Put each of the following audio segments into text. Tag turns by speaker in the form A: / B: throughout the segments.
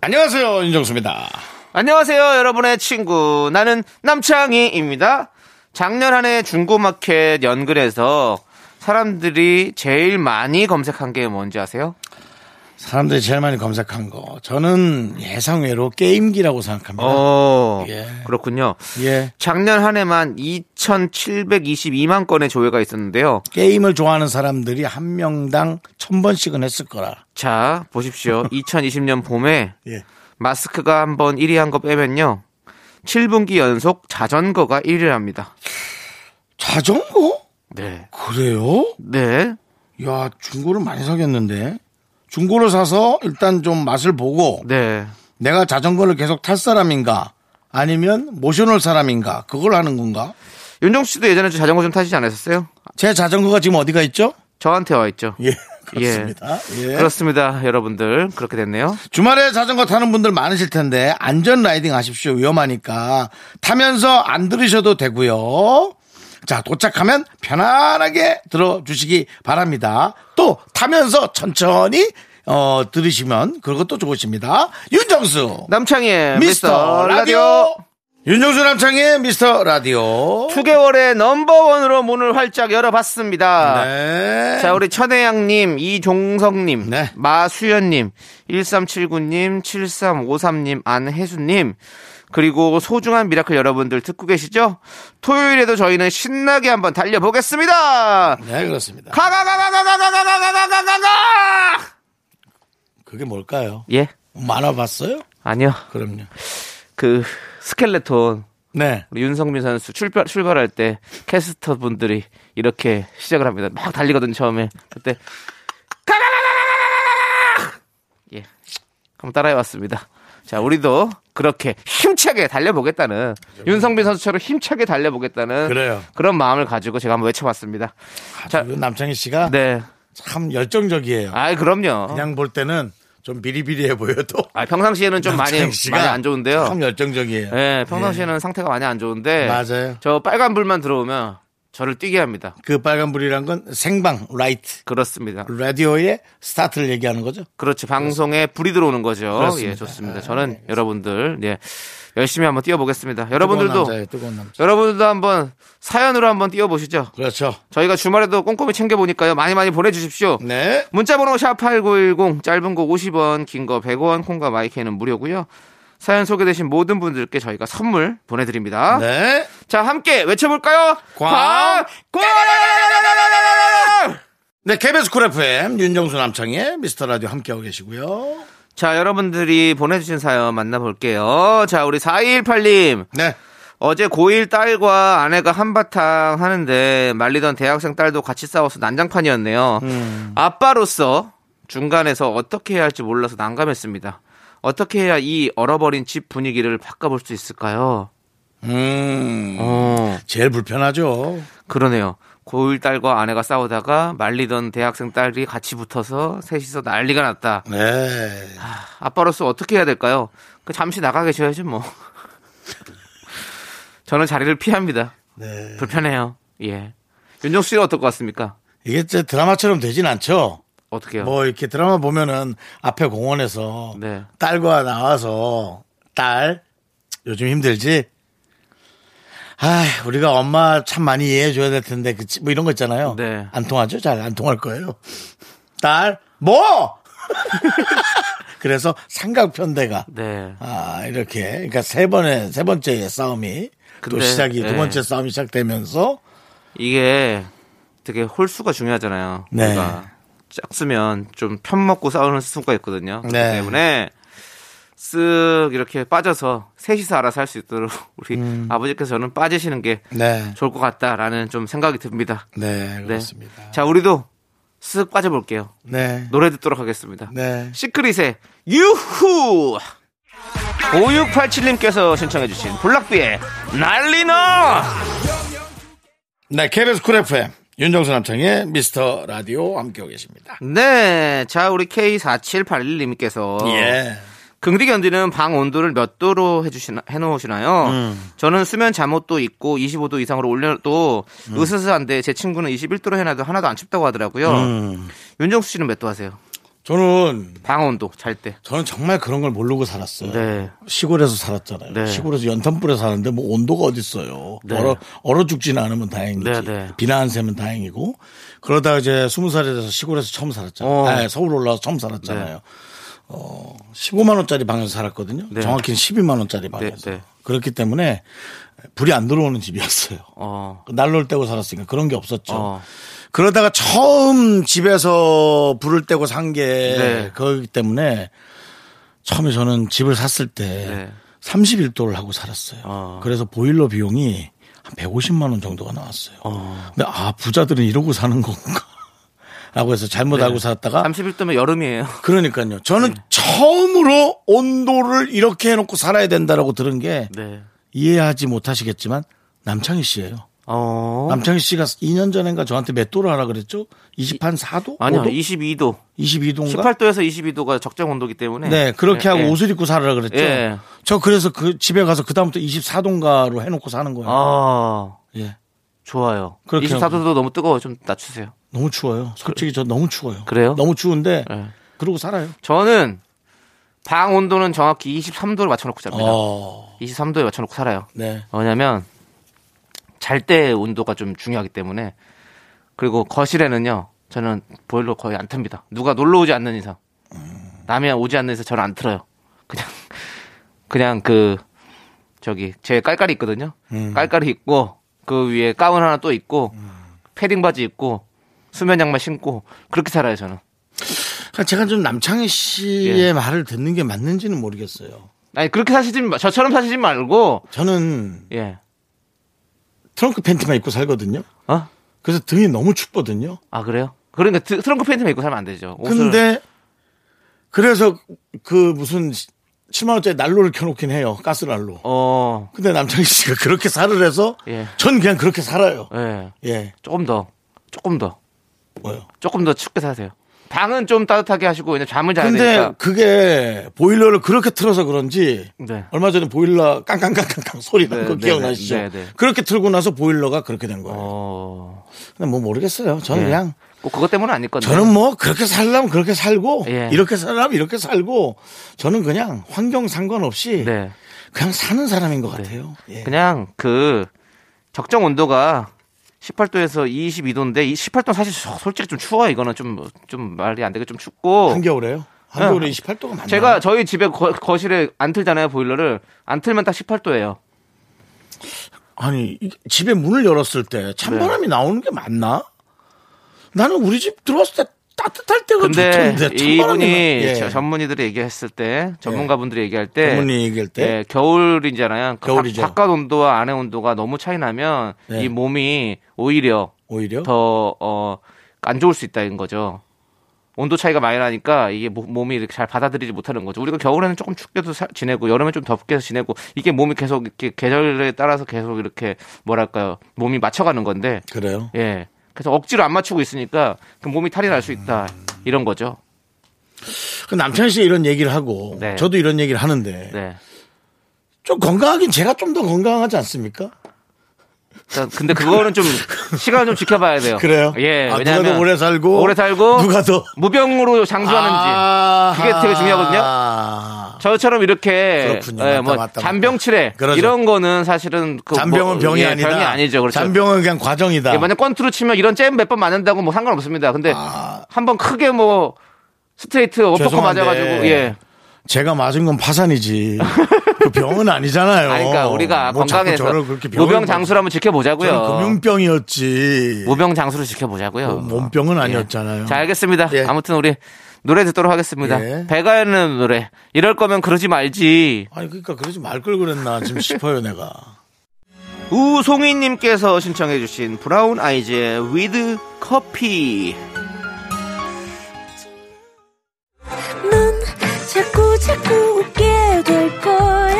A: 안녕하세요 윤정수입니다.
B: 안녕하세요, 여러분의 친구. 나는 남창희입니다. 작년 한 해 중고마켓 연근에서 사람들이 제일 많이 검색한 게 뭔지 아세요?
A: 사람들이 제일 많이 검색한 거 저는 예상외로 게임기라고 생각합니다.
B: 어,
A: 예.
B: 그렇군요.
A: 예.
B: 작년 한 해만 2,722만 건의 조회가 있었는데요.
A: 게임을 좋아하는 사람들이 한 명당 천 번씩은 했을 거라.
B: 자, 보십시오. 2020년 봄에
A: 예.
B: 마스크가 한번 1위 한 거 빼면요. 7분기 연속 자전거가 1위를 합니다.
A: 자전거?
B: 네.
A: 뭐? 그래요?
B: 네.
A: 야 중고를 많이 사겠는데 중고를 사서 일단 좀 맛을 보고
B: 네.
A: 내가 자전거를 계속 탈 사람인가 아니면 모셔놓을 사람인가 그걸 하는 건가?
B: 윤정수 씨도 예전에 저 자전거 좀 타시지 않으셨어요?
A: 제 자전거가 지금 어디가 있죠?
B: 저한테 와 있죠.
A: 예 그렇습니다. 예.
B: 그렇습니다, 여러분들. 그렇게 됐네요.
A: 주말에 자전거 타는 분들 많으실 텐데 안전 라이딩 하십시오. 위험하니까 타면서 안 들으셔도 되고요. 자 도착하면 편안하게 들어주시기 바랍니다. 또 타면서 천천히 어, 들으시면 그것도 좋으십니다. 윤정수 네,
B: 남창희의
A: 미스터 라디오 윤정수 남창의 미스터 라디오
B: 2개월의 넘버원으로 문을 활짝 열어봤습니다.
A: 네.
B: 자, 우리 천혜양님, 이종성님,
A: 네.
B: 마수연님, 1379님, 7353님, 안혜수님, 그리고 소중한 미라클 여러분들 듣고 계시죠? 토요일에도 저희는 신나게 한번 달려보겠습니다!
A: 네 그렇습니다.
B: 가가가가가가가가가가가가!
A: 그게 뭘까요?
B: 예,
A: 만화 봤어요?
B: 아니요.
A: 그럼요.
B: 그, 스켈레톤.
A: 네.
B: 우리 윤성민 선수 출발 출발할 때 캐스터 분들이 이렇게 시작을 합니다. 막 달리거든 처음에 그때 가가가가가가가가 예 한번 따라해봤습니다. 자 우리도 그렇게 힘차게 달려보겠다는 윤성민 선수처럼 힘차게 달려보겠다는
A: 그래요.
B: 런 마음을 가지고 제가 한번 외쳐봤습니다. 자,
A: 아주 남창희 씨가
B: 네,
A: 참 열정적이에요.
B: 아 그럼요.
A: 그냥 볼 때는 좀 비리비리해 보여도
B: 아 평상시에는 좀 많이
A: 남창희 씨가
B: 많이 안 좋은데요.
A: 참 열정적이에요.
B: 예, 평상시에는 상태가 많이 안 좋은데
A: 맞아요.
B: 저 빨간 불만 들어오면 저를 뛰게 합니다.
A: 그 빨간불이란 건 생방 라이트
B: 그렇습니다.
A: 라디오의 스타트를 얘기하는 거죠.
B: 그렇지 방송에 불이 들어오는 거죠.
A: 그렇습니다. 아,
B: 예, 좋습니다. 저는 여러분들 예 열심히 한번 뛰어보겠습니다. 여러분들도
A: 뜨거운 남자예요, 뜨거운 남자.
B: 여러분들도 한번 사연으로 한번 뛰어보시죠.
A: 그렇죠.
B: 저희가 주말에도 꼼꼼히 챙겨보니까요. 많이 많이 보내주십시오.
A: 네.
B: 문자번호 샵8910 짧은 거 50원 긴 거 100원 콩과 마이크는 무료고요. 사연 소개되신 모든 분들께 저희가 선물 보내드립니다.
A: 네.
B: 자 함께 외쳐볼까요?
A: 광!
B: 광!
A: 네, KBS 쿨 FM 윤정수 남창의 미스터 라디오 함께하고 계시고요.
B: 자, 여러분들이 보내주신 사연 만나볼게요. 자, 우리 4218님.
A: 네.
B: 어제 고1 딸과 아내가 한바탕 하는데 말리던 대학생 딸도 같이 싸워서 난장판이었네요. 아빠로서 중간에서 어떻게 해야 할지 몰라서 난감했습니다. 어떻게 해야 이 얼어버린 집 분위기를 바꿔볼 수 있을까요?
A: 음.
B: 어,
A: 제일 불편하죠.
B: 그러네요. 고1 딸과 아내가 싸우다가 말리던 대학생 딸이 같이 붙어서 셋이서 난리가 났다.
A: 네.
B: 아빠로서 어떻게 해야 될까요? 그 잠시 나가 계셔야지 뭐. 저는 자리를 피합니다.
A: 네.
B: 불편해요. 예. 윤정수 씨는 어떨 것 같습니까?
A: 이게 이제 드라마처럼 되진 않죠.
B: 어떻게요?
A: 뭐 이렇게 드라마 보면은 앞에 공원에서
B: 네.
A: 딸과 나와서 딸 요즘 힘들지? 아, 우리가 엄마 참 많이 이해해 줘야 될 텐데 그치? 뭐 이런 거 있잖아요.
B: 네.
A: 안 통하죠? 잘 안 통할 거예요. 딸 뭐? 그래서 삼각 편대가
B: 네.
A: 아 이렇게 그러니까 세 번의 세 번째 싸움이 또
B: 근데,
A: 시작이
B: 네.
A: 두 번째 싸움이 시작되면서
B: 이게 되게 홀수가 중요하잖아요.
A: 네.
B: 우리가 짝쓰면 좀 편먹고 싸우는 수가 있거든요. 그렇기
A: 네.
B: 때문에 쓱 이렇게 빠져서 셋이서 알아서 할 수 있도록 우리 아버지께서 저는 빠지시는 게
A: 음. 네,
B: 좋을 것 같다라는 좀 생각이 듭니다.
A: 네
B: 네.
A: 그렇습니다.
B: 자, 우리도 쓱 빠져볼게요.
A: 네,
B: 노래 듣도록 하겠습니다.
A: 네.
B: 시크릿의 유후! 5687님께서 신청해주신 블락비의 난리나
A: 네, KBS 쿨 FM. 윤정수 남창의 미스터 라디오 함께하고 계십니다.
B: 네, 자 우리 K4781님께서
A: 예.
B: 긍디 견디는 방 온도를 몇 도로 해주시나 해놓으시나요? 저는 수면 잠옷도 입고 25도 이상으로 올려도 으스스한데 제 친구는 21도로 해놔도 하나도 안 춥다고 하더라고요. 음. 윤정수 씨는 몇 도 하세요?
A: 저는,
B: 방 온도 잘 때.
A: 저는 정말 그런 걸 모르고 살았어요.
B: 네.
A: 시골에서 살았잖아요.
B: 네.
A: 시골에서 연탄불에 사는데 뭐 온도가 어딨어요.
B: 네.
A: 얼어, 얼어 죽지는 않으면 다행이지.
B: 네, 네.
A: 비나 안 새면 다행이고. 그러다가 이제 스무 살이 돼서 시골에서 처음 살았잖아요.
B: 어.
A: 아니, 서울 올라와서 처음 살았잖아요. 어, 15만원짜리 방에서 살았거든요.
B: 네.
A: 정확히는 12만원짜리 방에서.
B: 네.
A: 그렇기 때문에 불이 안 들어오는 집이었어요.
B: 어.
A: 난로를 떼고 살았으니까 그런 게 없었죠.
B: 어.
A: 그러다가 처음 집에서 불을 떼고 산 게
B: 네.
A: 그거기 때문에 처음에 저는 집을 샀을 때
B: 네.
A: 31도를 하고 살았어요.
B: 어.
A: 그래서 보일러 비용이 한 150만 원 정도가 나왔어요. 근데 아 부자들은 이러고 사는 건가? 라고 해서 잘못
B: 네.
A: 알고 살았다가
B: 31도면 여름이에요.
A: 그러니까요. 저는
B: 네.
A: 처음으로 온도를 이렇게 해놓고 살아야 된다라고 들은 게
B: 네.
A: 이해하지 못하시겠지만 남창희 씨예요.
B: 어.
A: 남창희 씨가 2년 전인가 저한테 몇 도를 하라 그랬죠? 20한 4도?
B: 아니요,
A: 5도?
B: 22도.
A: 22도인가?
B: 18도에서 22도가 적정 온도기 때문에.
A: 네, 그렇게 하고
B: 예, 예.
A: 옷을 입고 살라 그랬죠.
B: 예.
A: 저 그래서 그 집에 가서 그다음부터 24도인가로 해놓고 사는 거예요.
B: 아,
A: 예.
B: 좋아요.
A: 그렇게
B: 24도도 너무 뜨거워. 좀 낮추세요.
A: 너무 추워요. 솔직히 저 너무 추워요.
B: 그래요?
A: 너무 추운데
B: 예.
A: 그러고 살아요.
B: 저는 방 온도는 정확히 23도를 맞춰놓고 잡니다.
A: 어,
B: 23도에 맞춰놓고 살아요.
A: 네.
B: 왜냐면 잘 때 온도가 좀 중요하기 때문에 그리고 거실에는요 저는 보일러 거의 안 탑니다. 누가 놀러 오지 않는 이상 남이 오지 않는 이상 저는 안 틀어요. 그냥 그냥 그 저기 제 깔깔이 있거든요.
A: 음.
B: 깔깔이 있고 그 위에 가운 하나 또 있고 패딩 바지 입고 수면 양말 신고 그렇게 살아요 저는.
A: 그러니까 제가 좀 남창희 씨의
B: 예.
A: 말을 듣는 게 맞는지는 모르겠어요.
B: 아니 그렇게 사시지 마- 저처럼 사시지 말고
A: 저는
B: 예
A: 트렁크 팬티만 입고 살거든요.
B: 어?
A: 그래서 등이 너무 춥거든요.
B: 아 그래요? 그러니까 트- 트렁크 팬티만 입고 살면 안 되죠. 옷을-
A: 근데 그래서 그 무슨 7만 원짜리 난로를 켜놓긴 해요. 가스난로.
B: 어
A: 근데 남창희 씨가 그렇게 살을 해서
B: 예.
A: 전 그냥 그렇게 살아요.
B: 예.
A: 예.
B: 조금 더, 조금 더,
A: 뭐요?
B: 조금 더 춥게 사세요. 방은 좀 따뜻하게 하시고 왜냐 잠을 자야
A: 근데
B: 되니까.
A: 그게 보일러를 그렇게 틀어서 그런지
B: 네.
A: 얼마 전에 보일러 깡깡깡깡깡 소리 난
B: 네,
A: 거
B: 네,
A: 기억나시죠?
B: 네, 네.
A: 그렇게 틀고 나서 보일러가 그렇게 된 거예요.
B: 어.
A: 근데 뭐 모르겠어요. 저는
B: 예.
A: 그냥
B: 꼭 그것 때문은 아닐 건데.
A: 저는 뭐 그렇게 살려면 그렇게 살고
B: 예.
A: 이렇게 살려면 이렇게 살고 저는 그냥 환경 상관없이
B: 네.
A: 그냥 사는 사람인 것 같아요. 예.
B: 그냥 그 적정 온도가 18도에서 22도인데 이 18도는 사실 소- 솔직히 좀 추워 이거는 좀 좀 말이 안 되게 좀 춥고
A: 한겨울에요? 한겨울에 28도가 많나요?
B: 뭐, 네. 제가 저희 집에 거, 거실에 안 틀잖아요 보일러를 안 틀면 딱 18도예요.
A: 아니 이- 집에 문을 열었을 때
B: 네.
A: 찬바람이 나오는 게 맞나? 나는 우리 집 들어왔을 때 따뜻할 때가
B: 근데
A: 좋던데 찬바람이
B: 이분이
A: 나- 예.
B: 저 전문의들이 얘기했을 때 전문가분들이 얘기할 때
A: 전문의 얘기할 때?
B: 예, 겨울이잖아요. 그
A: 겨울이죠.
B: 바, 바깥 온도와 안의 온도가 너무 차이 나면
A: 네.
B: 이 몸이 오히려
A: 오히려
B: 더 어, 안 좋을 수 있다는 거죠. 온도 차이가 많이 나니까 이게 모- 몸이 이렇게 잘 받아들이지 못하는 거죠. 우리가 겨울에는 조금 춥게도 사- 지내고 여름에 좀 덥게 지내고 이게 몸이 계속 이렇게 계절에 따라서 계속 이렇게 뭐랄까요 몸이 맞춰가는 건데
A: 그래요.
B: 예. 그래서 억지로 안 맞추고 있으니까 그 몸이 탈이 날 수 있다. 이런 거죠.
A: 그 남창희 씨 이런 얘기를 하고
B: 네.
A: 저도 이런 얘기를 하는데
B: 네.
A: 좀 건강하긴 제가 좀 더 건강하지 않습니까?
B: 자, 근데 그거는 좀 시간을 좀 지켜봐야 돼요.
A: 그래요?
B: 예.
A: 아,
B: 왜냐면
A: 누가 더 오래 살고
B: 오래 살고
A: 누가 더
B: 무병으로 장수하는지 그게 되게 중요하거든요.
A: 아,
B: 저처럼 이렇게
A: 그렇군요.
B: 예,
A: 맞다,
B: 뭐
A: 맞다, 맞다.
B: 잔병치레
A: 그러죠.
B: 이런 거는 사실은 그
A: 잔병은
B: 뭐,
A: 병이
B: 예,
A: 아니다.
B: 병이 아니죠. 그렇죠.
A: 잔병은 그냥 과정이다.
B: 예, 만약 권투로 치면 이런 잼 몇 번 맞는다고 뭐 상관없습니다. 근데
A: 아.
B: 한 번 크게 뭐 스트레이트 어퍼컷
A: 죄송한데.
B: 맞아가지고 예.
A: 제가 맞은 건 파산이지. 그 병은 아니잖아요.
B: 아니, 그러니까 우리가
A: 뭐 자꾸
B: 건강해서
A: 저를 그렇게 병을
B: 무병
A: 맞-
B: 장수를
A: 저는
B: 한번 지켜보자고요.
A: 금융병이었지.
B: 무병 장수를 예. 지켜보자고요.
A: 뭐 몸병은 아니었잖아요.
B: 예. 자, 알겠습니다.
A: 예.
B: 아무튼 우리 노래 듣도록 하겠습니다.
A: 예.
B: 배가연의 노래. 이럴 거면 그러지 말지.
A: 아니 그러니까 그러지 말 걸 그랬나 지금 싶어요 내가.
B: 우송이님께서 신청해주신 브라운 아이즈의 위드 커피.
C: 넌 자꾸 자꾸 웃게 될 거야.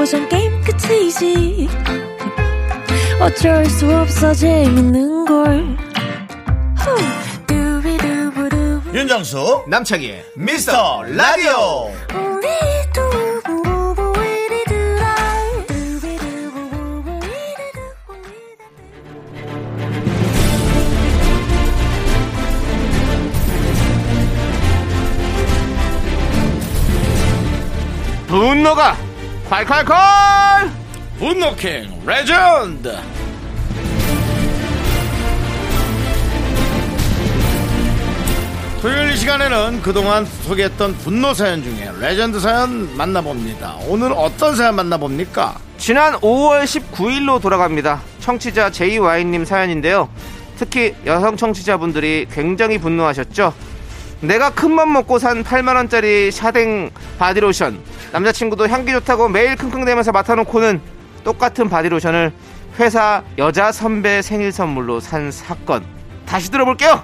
C: 오전 게임 끝이지 어쩔 수 없어 재밌는 걸 후. 두비두부두.
D: 윤정수 남창희의 미스터 라디오
C: 우리 두부부부 우리들아. 두비두부부부 우리들아.
B: 분노가 콸콸콸!
A: 분노킹 레전드 토요일 이 시간에는 그동안 소개했던 분노 사연 중에 레전드 사연 만나봅니다 오늘 어떤 사연 만나봅니까?
B: 지난 5월 19일로 돌아갑니다. 청취자 JY님 사연인데요. 특히 여성 청취자분들이 굉장히 분노하셨죠. 내가 큰 맘 먹고 산 8만원짜리 샤댕 바디로션. 남자친구도 향기 좋다고 매일 킁킁대면서 맡아놓고는 똑같은 바디로션을 회사 여자 선배 생일 선물로 산 사건. 다시 들어볼게요!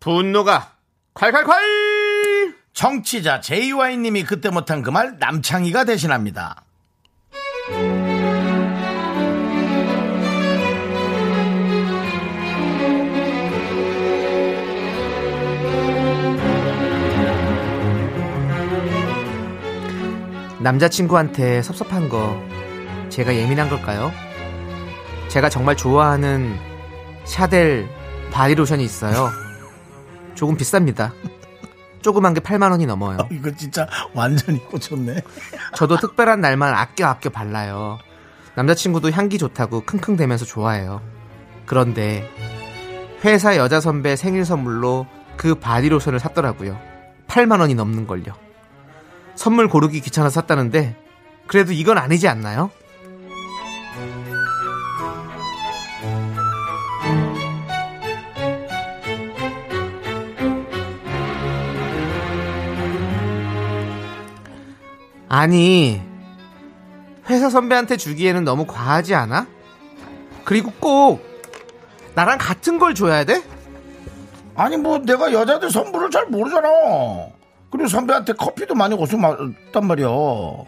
D: 분노가 콸콸콸
A: 정치자 JY님이 그때 못한 그 말 남창희가 대신합니다
B: 남자친구한테 섭섭한 거 제가 예민한 걸까요? 제가 정말 좋아하는 샤델 바디로션이 있어요. 조금 비쌉니다. 조그만 게 8만 원이 넘어요.
A: 이거 진짜 완전히 꽂혔네
B: 저도 특별한 날만 아껴 아껴 발라요. 남자친구도 향기 좋다고 킁킁대면서 좋아해요. 그런데 회사 여자 선배 생일 선물로 그 바디로션을 샀더라고요. 8만 원이 넘는 걸요. 선물 고르기 귀찮아서 샀다는데 그래도 이건 아니지 않나요? 아니, 회사 선배한테 주기에는 너무 과하지 않아? 그리고 꼭 나랑 같은 걸 줘야 돼?
A: 아니 뭐 내가 여자들 선물을 잘 모르잖아. 그리고 선배한테 커피도 많이 고수 마셨단 말이야.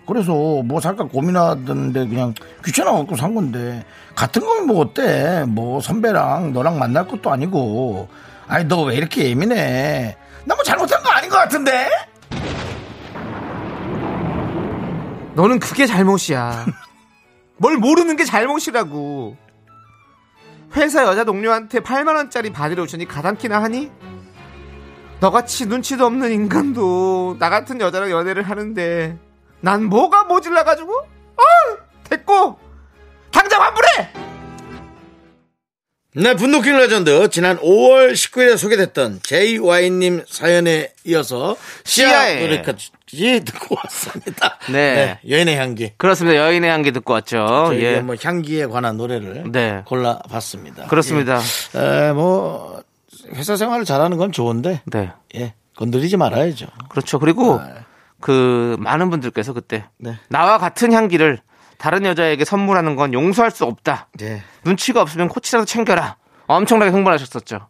A: 그래서 뭐 살까 고민하던데 그냥 귀찮아갖고 산 건데 같은 건 뭐 어때? 뭐 선배랑 너랑 만날 것도 아니고. 아니 너 왜 이렇게 예민해? 나 뭐 잘못한 거 아닌 것 같은데?
B: 너는 그게 잘못이야. 뭘 모르는 게 잘못이라고. 회사 여자 동료한테 8만원짜리 바디로션이 가당키나 하니? 너같이 눈치도 없는 인간도 나 같은 여자랑 연애를 하는데 난 뭐가 모질라가지고? 어! 됐고! 당장 환불해!
A: 네, 분노킹 레전드 지난 5월 19일에 소개됐던 JY님 사연에 이어서 시아
B: 시아의
A: 노래까지 듣고 왔습니다.
B: 네.
A: 여인의 향기.
B: 그렇습니다. 여인의 향기 듣고 왔죠. 예.
A: 저희가 뭐 향기에 관한 노래를
B: 어, 네.
A: 골라봤습니다.
B: 그렇습니다.
A: 예. 에, 뭐 회사 생활을 잘하는 건 좋은데
B: 네.
A: 예 건드리지 말아야죠.
B: 그렇죠. 그리고 그 많은 분들께서 그때
A: 네.
B: 나와 같은 향기를 다른 여자에게 선물하는 건 용서할 수 없다.
A: 예.
B: 눈치가 없으면 코치라도 챙겨라. 엄청나게 흥분하셨었죠.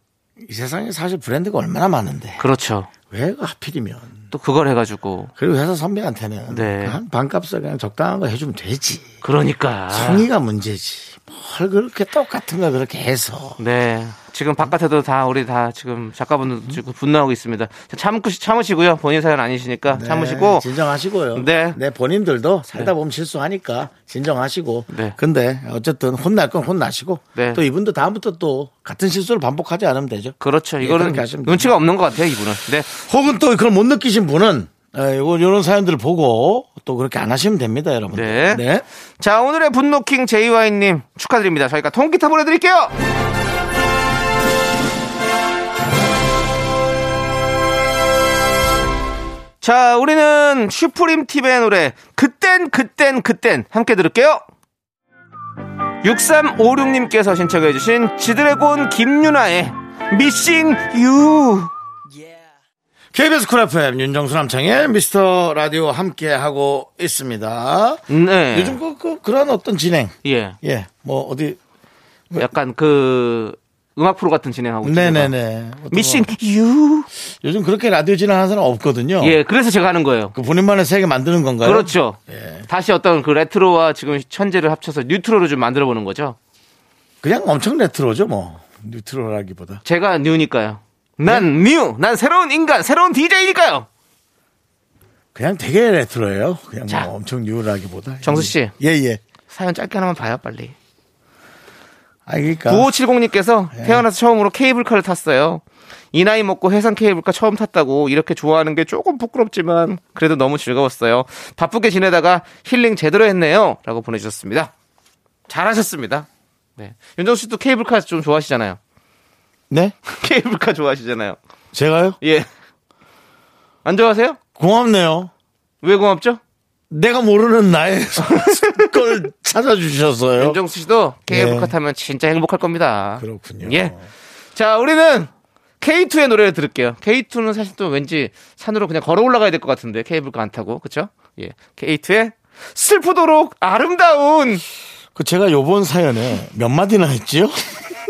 A: 이 세상에 사실 브랜드가 얼마나 많은데
B: 그렇죠.
A: 왜 하필이면
B: 또 그걸 해가지고
A: 그리고 회사 선배한테는
B: 네.
A: 그한 반값을 그냥 적당한 거 해주면 되지.
B: 그러니까
A: 성의가 아. 문제지. 뭘 그렇게 똑같은 걸 그렇게 해서
B: 네 지금 바깥에도 다 우리 다 지금
A: 음.
B: 작가분들 지금 분노하고 있습니다. 참고 참으시고요. 본인 사연 아니시니까 참으시고
A: 네, 진정하시고요.
B: 네.
A: 본인들도 살다 보면 실수하니까 진정하시고.
B: 네.
A: 근데 어쨌든 혼날 건 혼나시고
B: 네.
A: 또 이분도 다음부터 또 같은 실수를 반복하지 않으면 되죠.
B: 그렇죠.
A: 예,
B: 이거는
A: 그렇게 하시면
B: 눈치가 없는 것 같아요. 이분은 네
A: 혹은 또 그걸 못 느끼신 분은 에, 요거 요런 사연들을 보고 또 그렇게 안 하시면 됩니다, 여러분.
B: 네. 자, 오늘의 분노킹 JY님 축하드립니다. 저희가 통기타 보내드릴게요! 자, 우리는 슈프림 팀의 노래, 그땐, 그땐, 그땐 함께 들을게요! 6356님께서 신청해주신 지드래곤 김유나의 미싱 유.
A: KBS 쿨 FM 윤정수 남창의 미스터 라디오 함께 하고 있습니다.
B: 네.
A: 요즘 그, 그 그런 어떤 진행
B: 예.
A: 예, 뭐 어디
B: 약간 그 음악 프로 같은 진행하고 있습니다.
A: 네네네. 어떤
B: 미싱
A: 거.
B: 유.
A: 요즘 그렇게 라디오 진행하는 사람 없거든요.
B: 예, 그래서 제가 하는 거예요.
A: 그 본인만의 세계 만드는 건가요?
B: 그렇죠. 다시 어떤 그 레트로와 지금 천재를 합쳐서 뉴트로를 좀 만들어 보는 거죠.
A: 그냥 엄청 레트로죠, 뭐. 뉴트로라기보다.
B: 제가 뉴니까요. 난 뉴, 난 새로운 인간, 새로운 DJ니까요.
A: 그냥 되게 레트로예요. 그냥
B: 자.
A: 뭐 엄청 뉴라기보다.
B: 정수 씨.
A: 예, 예.
B: 사연 짧게 하나만 봐요, 빨리.
A: 아, 그러니까.
B: 9570님께서 태어나서 처음으로 케이블카를 탔어요. 이 나이 먹고 해상 케이블카 처음 탔다고 이렇게 좋아하는 게 조금 부끄럽지만 그래도 너무 즐거웠어요. 바쁘게 지내다가 힐링 제대로 했네요. 라고 보내주셨습니다. 잘하셨습니다. 네. 윤정수 씨도 케이블카 좀 좋아하시잖아요.
A: 네?
B: 케이블카 좋아하시잖아요.
A: 제가요?
B: 예. 안 좋아하세요?
A: 고맙네요.
B: 왜 고맙죠?
A: 내가 모르는 나의 걸 찾아주셨어요.
B: 윤정수 씨도 케이블카
A: 네.
B: 타면 진짜 행복할 겁니다.
A: 그렇군요.
B: 예. 자, 우리는 K2의 노래를 들을게요. K2는 사실 또 왠지 산으로 그냥 걸어 올라가야 될 것 같은데 케이블카 안 타고 그렇죠? 예. K2의 슬프도록 아름다운
A: 그 제가 요번 사연에 몇 마디나 했지요?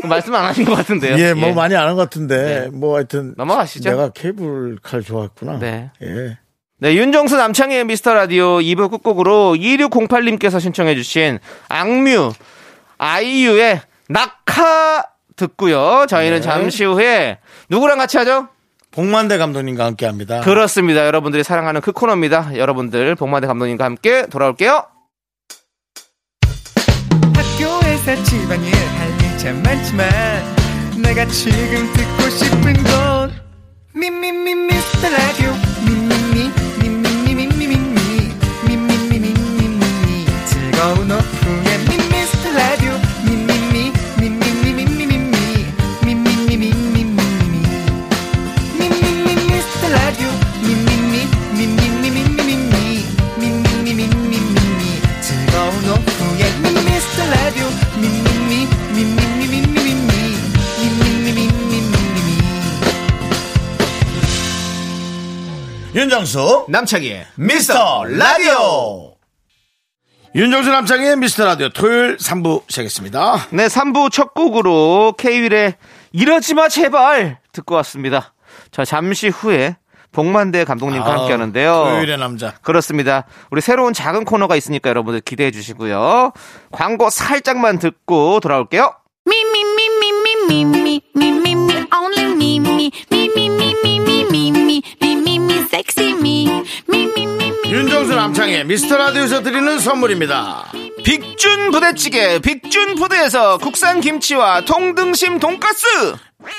B: 그 말씀 안 하신 것 같은데요.
A: 예, 뭐 많이 아는 것 같은데 뭐 하여튼
B: 네. 넘어가시죠.
A: 내가 케이블 칼 좋았구나.
B: 네.
A: 예.
B: 네, 윤정수 남창희의 미스터 라디오 2부 끝곡으로 2608님께서 신청해주신 악뮤, 아이유의 낙하 듣고요. 저희는 잠시 후에 누구랑 같이 하죠?
A: 복만대 감독님과 함께합니다.
B: 그렇습니다. 여러분들이 사랑하는 그 코너입니다. 여러분들 복만대 감독님과 함께 돌아올게요.
E: 학교에서 집안일 할 일 참 많지만 내가 지금 듣고 싶은 건 미미미 미스터 라디오 미미미 미미미 미미미 미미미 미미미 즐거운 오후에 미스터 라디오 미미미 미미미 미미미 미미미 미미미
D: 윤정수 남창희의 미스터 라디오
A: 윤정수 남창의 미스터 라디오 토요일 3부 시작했습니다.
B: 네, 3부 첫 곡으로 케이윌의 이러지 마 제발 듣고 왔습니다. 자, 잠시 후에 복만대 감독님과
A: 아,
B: 함께 하는데요.
A: 토요일의 남자.
B: 그렇습니다. 우리 새로운 작은 코너가 있으니까 여러분들 기대해 주시고요. 광고 살짝만 듣고 돌아올게요.
C: Me, me, me, me, me, me, me, me, me, me, only me, me, me, me, me, me, me, me, me, me, me, me, sexy me, me, me, me, me.
A: 윤정수 남창의 미스터 라디오에서 드리는 선물입니다.
B: 빅준 부대찌개, 빅준 푸드에서 국산 김치와 통등심 돈가스!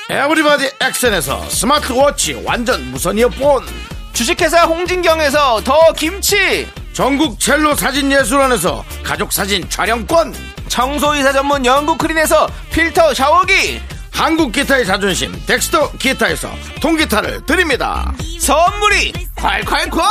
A: 에브리바디 액션에서 스마트워치 완전 무선 이어폰.
B: 주식회사 홍진경에서 더 김치!
A: 전국 첼로 사진 예술원에서 가족 사진 촬영권.
B: 청소이사 전문 영국 크린에서 필터 샤워기!
A: 한국 기타의 자존심 덱스터 기타에서 통기타를 드립니다.
B: 선물이 콸콸콸!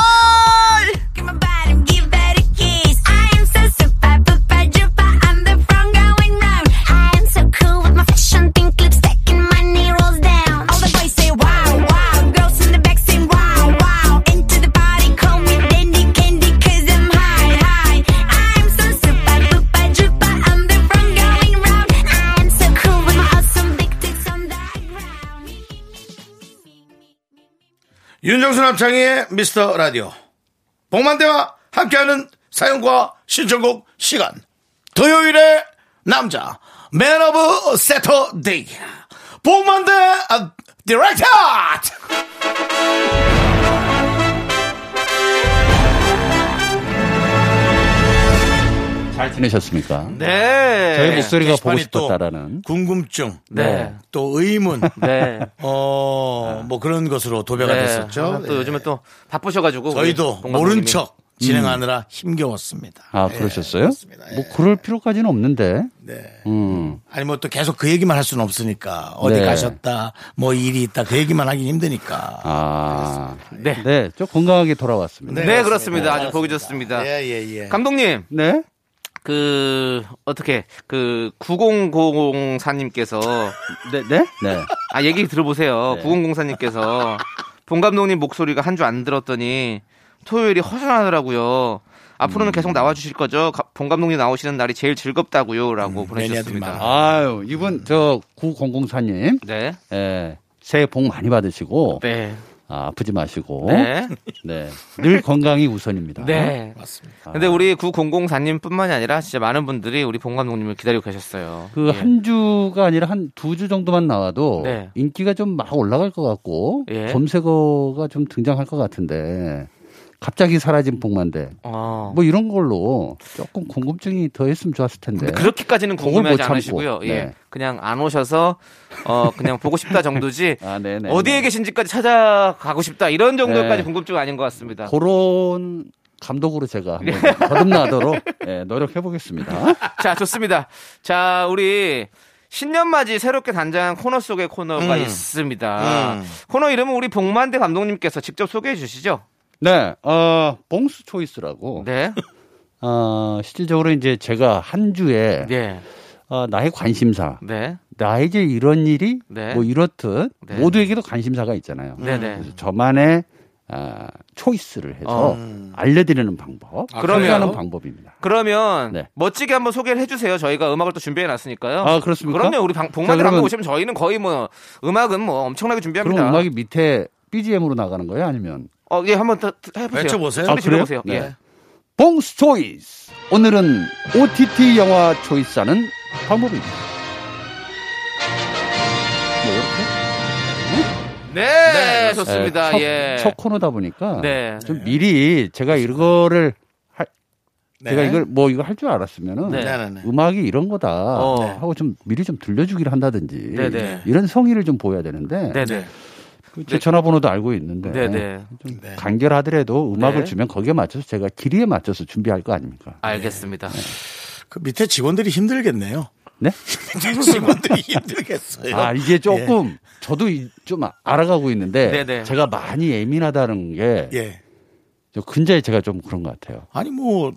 C: Give my body, give that a kiss. I am so super, super duper. I'm the front going round. I am so cool with my fashion, pink lipstick and my knee rolls down. All the boys say wow, wow. Girls in the back say wow, wow. Into the party, call me dandy candy, cause I'm high, high. I am so super, super duper. I'm the front going round. I am so cool with my awesome big tits on the ground.
A: 윤정수 남창희의 미스터 라디오 복만대와 함께하는 사연과 신청곡 시간 토요일의 남자 맨 오브 세터데이 복만대 아, 디렉터
F: 잘 지내셨습니까?
B: 네.
F: 저희 목소리가 보고
A: 게시판이 또
F: 싶었다라는.
A: 궁금증
B: 네.
A: 또 의문
B: 네.
A: 어 뭐 그런 것으로 도배가
B: 네. 아,
A: 됐었죠
B: 또
A: 네.
B: 요즘에 또 바쁘셔가지고.
A: 저희도
B: 우리 동방님이.
A: 모른 척 진행하느라 힘겨웠습니다
F: 음. 아, 그러셨어요? 뭐 그럴 필요까지는 없는데.
A: 네.
F: 음.
A: 아니 뭐 또 계속 그 얘기만 할 수는 없으니까 어디
F: 네.
A: 가셨다 뭐 일이 있다 그 얘기만 하긴 힘드니까
F: 아.
B: 네.
F: 네, 좀 건강하게 돌아왔습니다.
B: 네, 그렇습니다. 아주 보기 좋습니다.
A: 예예예
B: 감독님,
F: 네.
B: 그, 어떻게, 그, 9004님께서,
F: 네, 네. 네.
B: 아, 얘기 들어보세요.
F: 네.
B: 9004님께서, 본 감독님 목소리가 한 주 안 들었더니, 토요일이 허전하더라고요. 앞으로는 계속 나와주실 거죠? 가- 본 감독님 나오시는 날이 제일 즐겁다고요라고
A: 매니아들만.
B: 보내주셨습니다.
F: 아유, 이분 저 9004님.
B: 네,
F: 예. 새해 복 많이 받으시고
B: 네,
F: 아, 프지 마시고
B: 네,
F: 네. 늘 건강이 우선입니다.
B: 네.
A: 맞습니다.
B: 근데 우리 9004님뿐만이 아니라 진짜 많은 분들이 우리 본 감독님을 기다리고 계셨어요.
F: 그
B: 예.
F: 한 주가 아니라 한 두 주 정도만 나와도
B: 네.
F: 인기가 좀 막 올라갈 것 같고
B: 예.
F: 검색어가 좀 등장할 것 같은데 갑자기 사라진 복만대
B: 어.
F: 뭐 이런 걸로 조금 궁금증이 더했으면 좋았을 텐데.
B: 근데 그렇게까지는
F: 그걸
B: 궁금해하지
F: 네. 못 참고.
B: 않으시고요. 예.
F: 네.
B: 그냥 안 오셔서 어 그냥 보고 싶다 정도지.
F: 아, 네네.
B: 어디에 계신지까지 찾아가고 싶다 이런 정도까지
F: 네.
B: 궁금증 아닌 것 같습니다.
F: 그런 감독으로 제가
B: 네.
F: 한번 거듭나도록 예, 노력해 보겠습니다.
B: 자 좋습니다. 자 우리 신년맞이 새롭게 단장한 코너 속의 코너가
F: 음.
B: 있습니다.
A: 음.
B: 코너 이름은 우리 복만대 감독님께서 직접 소개해 주시죠.
F: 네, 어, 봉수 초이스라고.
B: 네,
F: 어, 실질적으로 이제 제가 한 주에
B: 네,
F: 어, 나의 관심사,
B: 네,
F: 나에게 이런 일이
B: 네.
F: 뭐 이렇듯
B: 네.
F: 모두에게도 관심사가 있잖아요.
B: 네, 네.
F: 그래서 저만의 아, 초이스를 해서
B: 어.
F: 알려드리는 방법,
A: 아,
B: 그러면-
F: 소개하는 방법입니다.
B: 그러면
F: 네.
B: 멋지게 한번 소개를 해주세요. 저희가 음악을 또 준비해 놨으니까요.
F: 아, 그렇습니까?
B: 그러면 우리 방-
F: 자,
B: 복만대
F: 그러면-
B: 감독 오시면 저희는 거의 뭐 음악은 뭐 엄청나게 준비합니다.
F: 그럼 음악이 밑에 BGM으로 나가는 거예요, 아니면
B: 어, 예, 한번 더 더 해보세요.
A: 외쳐보세요.
B: 소리
F: 아, 그래요?
B: 질러보세요.
F: 네.
B: 예.
F: 봉수 초이스. 오늘은 OTT 영화 초이스하는 방법입니다. 뭐 이렇게?
B: 네, 좋습니다.
F: 네, 첫,
B: 예.
F: 첫 코너다 보니까
B: 네.
F: 좀 미리 제가 이거를 할,
A: 네.
F: 제가 이걸 뭐 이거 할 줄 알았으면은
B: 네.
A: 네, 네, 네.
F: 음악이 이런 거다
B: 어.
F: 하고 좀 미리 좀 들려주기를 한다든지
B: 네, 네.
F: 이런 성의를 좀 보여야 되는데
B: 네, 네.
F: 그제 전화번호도 알고 있는데
B: 네, 네.
F: 좀
A: 네.
F: 간결하더라도 음악을
B: 네.
F: 주면 거기에 맞춰서 제가 길이에 맞춰서 준비할 거 아닙니까?
B: 알겠습니다.
A: 그 밑에 직원들이 힘들겠네요.
F: 네?
A: 밑에 직원들이 힘들겠어요.
F: 아 이게 조금 저도 이- 좀 알아가고 있는데
B: 네, 네.
F: 제가 많이 예민하다는 게
A: 예. 예.
F: 저 근자에 제가 좀 그런 것 같아요.
A: 아니 뭐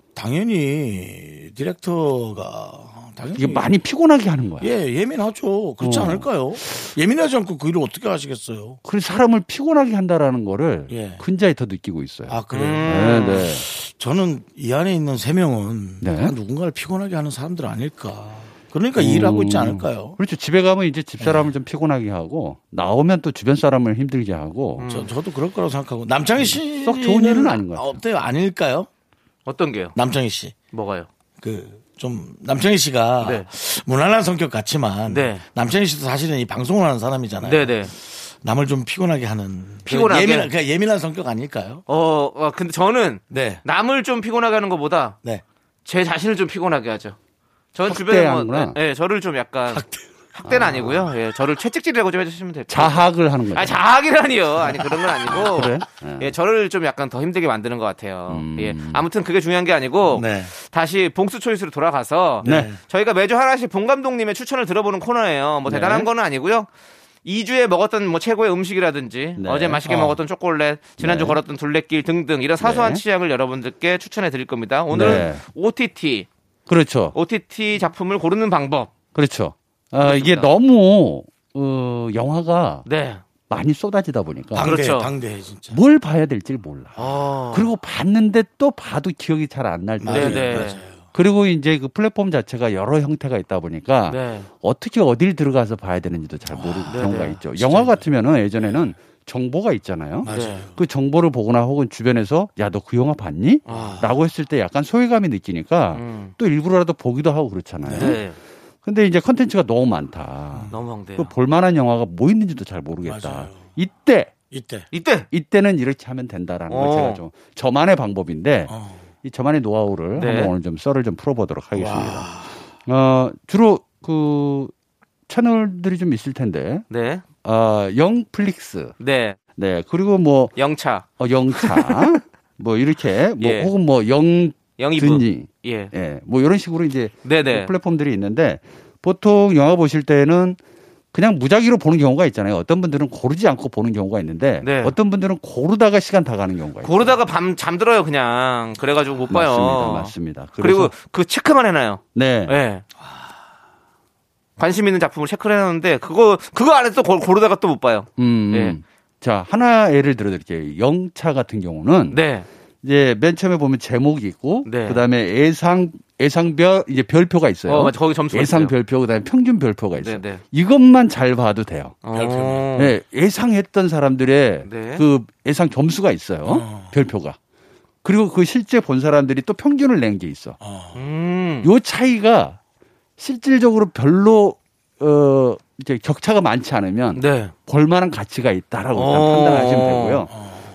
A: 당연히 디렉터가 당연히
F: 이게 많이 피곤하게 하는 거야.
A: 예 예민하죠. 그렇지
F: 어.
A: 않을까요? 예민하지 않고 그 일을 어떻게 하시겠어요?
F: 그래서 사람을 피곤하게 한다라는 거를
A: 예.
F: 근자에 더 느끼고 있어요.
A: 아 그래요.
F: 네, 네.
A: 저는 이 안에 있는 세 명은
F: 네.
A: 다 누군가를 피곤하게 하는 사람들 아닐까. 그러니까 이 일하고 있지 않을까요?
F: 그렇죠. 집에 가면 이제 집 사람을 좀 피곤하게 하고 나오면 또 주변 사람을 힘들게 하고
A: 저, 저도 그럴 거라고 생각하고 남창희 씨
F: 음. 썩 좋은 일은 아닌 것 같아요.
A: 어때요? 아닐까요?
B: 어떤 게요?
A: 남창희 씨.
B: 뭐가요?
A: 그 좀 남창희 씨가
B: 네.
A: 무난한 성격 같지만
B: 네.
A: 남창희 씨도 사실은 이 방송을 하는 사람이잖아요.
B: 네, 네.
A: 남을 좀 피곤하게 하는
B: 피곤하게?
A: 예민한, 그러니까 예민한 성격 아닐까요?
B: 어, 어, 근데 저는
A: 네.
B: 남을 좀 피곤하게 하는 것보다
A: 네.
B: 제 자신을 좀 피곤하게 하죠. 전 주변에 뭐,
F: 학대하는구나.
B: 예, 저를 좀 약간 학대는 아니고요. 예, 저를 채찍질이라고 좀 해주시면 될것 같아요.
F: 자학을 하는 거죠.
B: 아 자학이라니요. 아니 그런 건 아니고.
F: 그래? 음.
B: 예, 저를 좀 약간 더 힘들게 만드는 것 같아요. 예, 아무튼 그게 중요한 게 아니고
A: 네.
B: 다시 봉수 초이스로 돌아가서
F: 네.
B: 저희가 매주 하나씩 봉 감독님의 추천을 들어보는 코너예요. 뭐 대단한
F: 네.
B: 거는 아니고요. 2주에 먹었던 뭐 최고의 음식이라든지
F: 네.
B: 어제 맛있게 먹었던 초콜릿, 지난주
F: 네.
B: 걸었던 둘레길 등등 이런 사소한
F: 네.
B: 취향을 여러분들께 추천해 드릴 겁니다. 오늘은
F: 네.
B: OTT,
F: 그렇죠.
B: OTT 작품을 고르는 방법.
F: 그렇죠. 아, 이게 너무 어, 영화가
B: 네.
F: 많이 쏟아지다 보니까
A: 방대,
B: 그렇죠.
A: 방대해 진짜.
F: 뭘 봐야 될지 몰라.
B: 어.
F: 그리고 봤는데 또 봐도 기억이 잘 안 날 때.
B: 네,
A: 맞아요.
B: 네.
A: 맞아요.
F: 그리고 이제 그 플랫폼 자체가 여러 형태가 있다 보니까
B: 네.
F: 어떻게 어딜 들어가서 봐야 되는지도 잘 모르는 경우가
B: 아, 네네.
F: 있죠. 영화 같으면은 예전에는 정보가 있잖아요.
B: 네.
A: 맞아요.
F: 그 정보를 보거나 혹은 주변에서 야 너 그 영화 봤니? 라고 했을 때 약간 소외감이 느끼니까
B: 아. 음.
F: 또 일부러라도 보기도 하고 그렇잖아요.
B: 네. 음.
F: 근데 이제 컨텐츠가 너무 많다.
B: 너무 황대요.
F: 그 볼만한 영화가 뭐 있는지도 잘 모르겠다.
A: 맞아요.
F: 이때
A: 이때.
B: 이때
F: 이때는 이렇게 하면 된다라는 걸
B: 어.
F: 제가 좀 저만의 방법인데
A: 어.
F: 이 저만의 노하우를
B: 네.
F: 한번 오늘 좀 썰을 좀 풀어보도록 하겠습니다. 어, 주로 그 채널들이 좀 있을 텐데
B: 네.
F: 아, 영플릭스.
B: 네.
F: 네. 그리고 뭐
B: 영차.
F: 어, 영차. 뭐 이렇게 뭐
B: 예.
F: 혹은 뭐 영든이
B: 영이브. 예.
F: 예. 뭐 이런 식으로 이제
B: 네네.
F: 그 플랫폼들이 있는데 보통 영화 보실 때는 그냥 무작위로 보는 경우가 있잖아요. 어떤 분들은 고르지 않고 보는 경우가 있는데
B: 네.
F: 어떤 분들은 고르다가 시간 다 가는 경우가 있어요.
B: 고르다가 밤 잠들어요 그냥. 그래가지고 못 봐요.
F: 맞습니다. 맞습니다.
B: 그리고
F: 그래서-
B: 그 체크만 해놔요.
F: 네.
B: 예. 관심 있는 작품을 체크를 해놨는데 그거 그거 안에 또 고- 고르다가 또 못 봐요.
F: 음.
B: 예.
F: 자, 하나 예를 들어 드릴게요. 영차 같은 경우는
B: 네.
F: 이제 맨 처음에 보면 제목이 있고
B: 네.
F: 그다음에 예상 예상별 이제 별표가 있어요.
B: 어, 맞아. 거기 점수가
F: 예상
B: 있어요.
F: 별표 그다음에 평균 별표가 있어요.
B: 네, 네.
F: 이것만 잘 봐도 돼요.
B: 어.
F: 네, 예상했던 사람들의
B: 네.
F: 그 예상 점수가 있어요. 별표가. 그리고 그 실제 본 사람들이 또 평균을 낸 게 있어.
B: 음.
F: 요 차이가 실질적으로 별로 어 이제 격차가 많지 않으면
B: 네.
F: 볼만한 가치가 있다라고 일단
B: 어.
F: 판단하시면 되고요.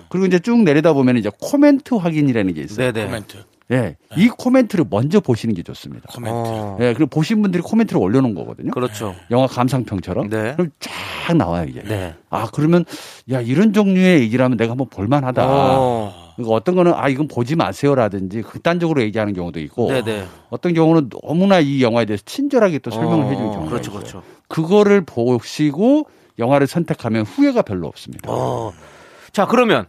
F: 그리고 이제 쭉 내려다 보면 이제 코멘트 확인이라는 게 있어요.
B: 네, 네.
A: 코멘트.
F: 예, 이 코멘트를 먼저 보시는 게 좋습니다.
A: 코멘트.
B: 어.
F: 예, 그리고 보신 분들이 코멘트를 올려놓은 거거든요.
B: 그렇죠.
F: 영화 감상평처럼.
B: 네.
F: 그럼 쫙 나와요 이게.
B: 네.
F: 아 그러면 야 이런 종류의 얘기를 하면 내가 한번 볼만하다.
B: 어.
F: 그러니까 어떤 거는 아 이건 보지 마세요라든지 극단적으로 얘기하는 경우도 있고
B: 네, 네.
F: 어떤 경우는 너무나 이 영화에 대해서 친절하게 또 설명을
B: 어.
F: 해주는 경우가
B: 그렇죠,
F: 있어요.
B: 그렇죠.
F: 그거를 보시고 영화를 선택하면 후회가 별로 없습니다.
B: 어. 자, 그러면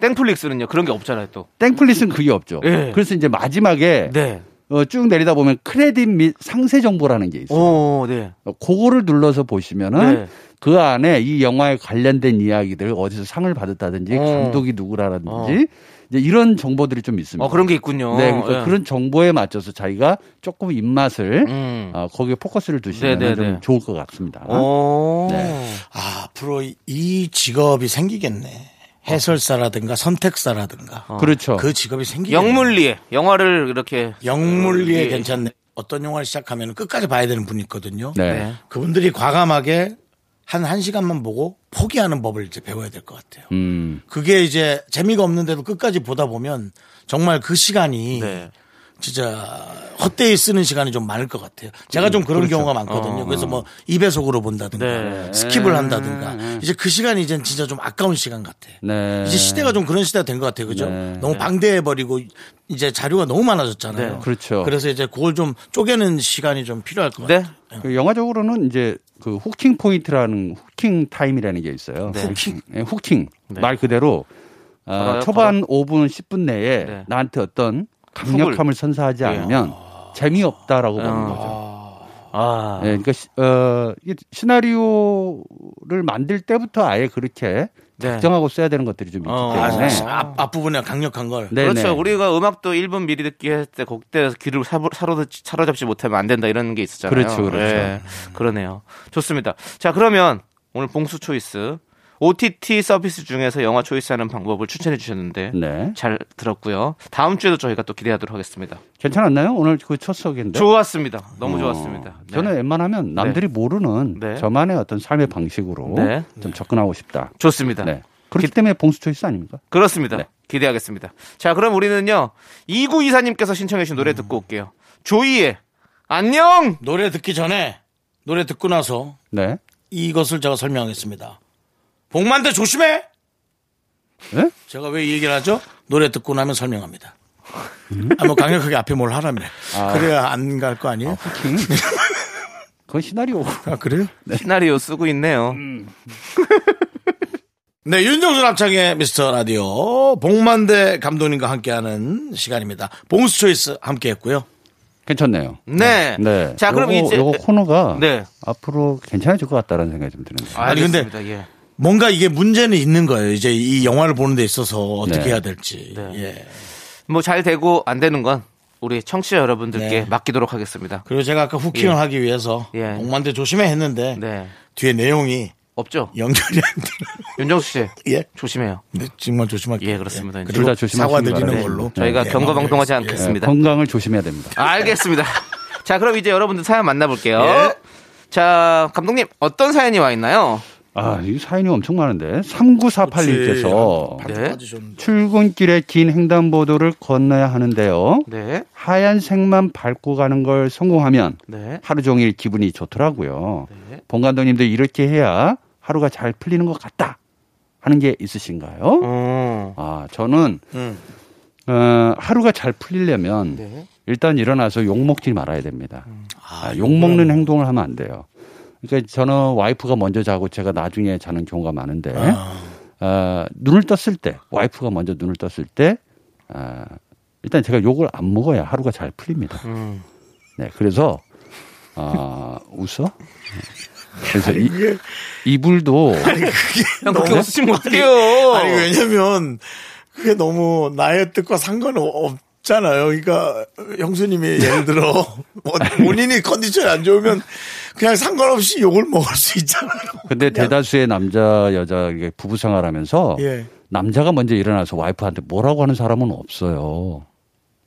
B: 땡플릭스는요. 그런 게 없잖아요, 또.
F: 땡플릿은 그게 없죠.
B: 예.
F: 그래서 이제 마지막에
B: 네.
F: 어, 쭉 내리다 보면 크레딧 및 상세 정보라는 게 있어요.
B: 오, 네.
F: 어, 그거를 눌러서 보시면은
B: 네.
F: 그 안에 이 영화에 관련된 이야기들 어디서 상을 받았다든지
B: 어.
F: 감독이 누구라든지
B: 어.
F: 이제 이런 정보들이 좀 있습니다.
B: 어, 그런 게 있군요.
F: 네, 그러니까
B: 예.
F: 그런 정보에 맞춰서 자기가 조금 입맛을
B: 음.
F: 어, 거기에 포커스를 두시면
B: 네, 네, 네.
F: 좀 좋을 것 같습니다.
B: 어.
F: 네.
A: 아, 앞으로 이- 이 직업이 생기겠네. 해설사라든가 선택사라든가.
F: 그렇죠.
A: 그 직업이 생기겠네.
B: 어. 영물리에 영화를 이렇게
A: 영물리에
B: 예.
A: 괜찮네. 어떤 영화를 시작하면 끝까지 봐야 되는 분이 있거든요.
F: 네.
B: 네.
A: 그분들이 과감하게 한 한시간만 보고 포기하는 법을 이제 배워야 될 것 같아요.
F: 음.
A: 그게 이제 재미가 없는데도 끝까지 보다 보면 정말 그 시간이
B: 네.
A: 진짜 헛되이 쓰는 시간이 좀 많을 것 같아요.
F: 음,
A: 제가 좀 그런
F: 그렇죠.
A: 경우가 많거든요.
F: 어.
A: 그래서 뭐 2배속으로 본다든가
B: 네.
A: 스킵을 한다든가 이제 그 시간이 이제 진짜 좀 아까운 시간 같아.
F: 음, 네.
A: 이제 시대가 좀 그런 시대가 된 것 같아요. 그죠?
F: 네.
A: 너무 방대해버리고 이제 자료가 너무 많아졌잖아요.
B: 네.
F: 그렇죠.
A: 그래서 이제 그걸 좀 쪼개는 시간이 좀 필요할 것
B: 네.
A: 같아요.
F: 그 영화적으로는 이제 그 후킹 포인트라는 후킹 타임이라는 게 있어요.
B: 네.
F: 후킹. 예, 후킹.
B: 네.
F: 말 그대로 어,
B: 걸어요,
F: 초반 5분 10분 내에
B: 네.
F: 나한테 어떤 강력함을 선사하지 않으면 재미없다라고 보는
B: 어.
F: 거죠.
B: 아.
F: 예, 그러니까 시, 어, 이게 시나리오를 만들 때부터 아예 그렇게
B: 네.
F: 작정하고 써야 되는 것들이 좀 있기
B: 어.
A: 아,
F: 때문에
A: 사실 앞, 앞부분에 강력한 걸.
F: 네,
B: 그렇죠.
F: 네.
B: 우리가 음악도 1분 미리 듣기 했을 때 그때 귀를 사로, 사로잡지 못하면 안 된다 이런 게 있었잖아요. 예.
F: 그렇죠, 그렇죠.
B: 그러네요. 좋습니다. 자, 그러면 오늘 봉수 초이스 OTT 서비스 중에서 영화 초이스하는 방법을 추천해 주셨는데
F: 네.
B: 잘 들었고요. 다음 주에도 저희가 또 기대하도록 하겠습니다.
F: 괜찮았나요? 오늘 그 첫 수업인데.
B: 좋았습니다. 너무 좋았습니다. 네.
F: 어, 저는 웬만하면 남들이 모르는
B: 네.
F: 저만의 어떤 삶의 방식으로
B: 네.
F: 좀 접근하고 싶다.
B: 좋습니다.
F: 네. 그렇기 때문에 봉수 초이스 아닙니까?
B: 그렇습니다. 기대하겠습니다. 자, 그럼 우리는요. 이구 이사님께서 신청해 주신 노래 듣고 올게요. 조이의 안녕.
A: 노래 듣기 전에 노래 듣고 나서
F: 네.
A: 이것을 제가 설명하겠습니다. 복만대 조심해!
F: 예?
A: 제가 왜 이 얘기를 하죠? 노래 듣고 나면 설명합니다. 아, 뭐 강력하게 앞에 뭘 하라며. 그래야 안 갈 거 아니에요?
F: 그건 시나리오.
A: 아, 그래요?
F: 네.
B: 시나리오 쓰고 있네요.
A: 음. 네, 윤정수 남창의 미스터 라디오 복만대 감독님과 함께하는 시간입니다. 봉수 초이스 함께했고요.
F: 괜찮네요.
B: 네.
F: 네.
B: 자, 그럼
F: 요거-
B: 이제
F: 요거 코너가
B: 네.
F: 앞으로 괜찮아질 것 같다라는 생각이 좀 드는데.
A: 아니, 근데-
B: 알겠습니다. 예.
A: 뭔가 이게 문제는 있는 거예요. 이제 이 영화를 보는 데 있어서 어떻게
F: 네.
A: 해야 될지. 예.
B: 뭐 잘 되고 안 되는 건 우리 청취자 여러분들께
A: 네.
B: 맡기도록 하겠습니다.
A: 그리고 제가 아까 후킹을 하기 위해서
B: 예.
A: 복만대 조심해 했는데
B: 네.
A: 뒤에 내용이
B: 없죠.
A: 연결이 안 돼요.
B: 윤정수 씨.
A: 예.
B: 조심해요.
A: 네, 정말 조심할게요.
B: 예, 그렇습니다.
A: 그리고
F: 둘다 조심하시기
A: 사과드리는
F: 바랍니다.
A: 걸로.
B: 저희가
A: 예,
B: 경고 방송하지
A: 예.
B: 않겠습니다.
F: 네, 건강을 조심해야 됩니다.
B: 알겠습니다. 자, 그럼 이제 여러분들 사연 만나볼게요.
A: 예.
B: 자, 감독님, 어떤 사연이 와 있나요?
F: 아, 이 사연이 엄청 많은데.
A: 예.
F: 3948님께서
B: 네.
F: 출근길에 긴 횡단보도를 건너야 하는데요.
B: 네.
F: 하얀색만 밟고 가는 걸 성공하면
B: 네.
F: 하루 종일 기분이 좋더라고요.
B: 네.
F: 본 감독님도 이렇게 해야 하루가 잘 풀리는 것 같다 하는 게 있으신가요?
B: 어. 음.
F: 아 저는 어, 하루가 잘 풀리려면
B: 네.
F: 일단 일어나서 욕 먹지 말아야 됩니다. 아, 욕 먹는 행동을 하면 안 돼요. 그러니까 저는 와이프가 먼저 자고 제가 나중에 자는 경우가 많은데 어, 눈을 떴을 때 와이프가 먼저 눈을 떴을 때 아, 일단 제가 욕을 안 먹어야 하루가 잘 풀립니다. 네, 그래서 아 웃어? 그래서 이, 이불도
A: 네?
B: 형, 그렇게 웃으시면 어떡해요?
A: 아니 왜냐면 그게 너무 나의 뜻과 상관없잖아요. 그러니까 형수님이 예를 들어 뭐 본인이 컨디션이 안 좋으면 그냥 상관없이 욕을 먹을 수 있잖아요.
F: 근데
A: 그냥.
F: 대다수의 남자 여자 이게 부부 생활하면서
A: 예.
F: 남자가 먼저 일어나서 와이프한테 뭐라고 하는 사람은 없어요.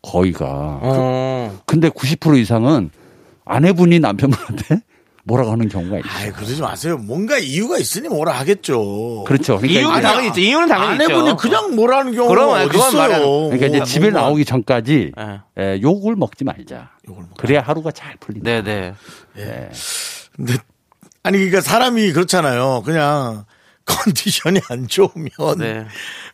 F: 거의가. 그- 근데 90% 이상은 아내분이 남편분한테 뭐라고 하는 경우가 있어요.
A: 아이 그러지 마세요. 뭔가 이유가 있으니 뭐라 하겠죠.
F: 그렇죠. 그러니까
B: 이유는
F: 이제-
B: 당연히 있죠. 이유는 당연히 있죠.
A: 아내분이 그냥 뭐라는
B: 그럼,
A: 경우가
B: 아니, 그건 말하는-
A: 어딨어요.
F: 그러니까 이제
A: 뭐,
F: 집에
A: 뭔가.
F: 나오기 전까지
B: 예.
F: 에, 욕을 먹지 말자. 그래야 하루가 잘 풀린다.
B: 네네.
A: 근데 아니 그러니까 사람이 그렇잖아요. 그냥 컨디션이 안 좋으면
B: 네.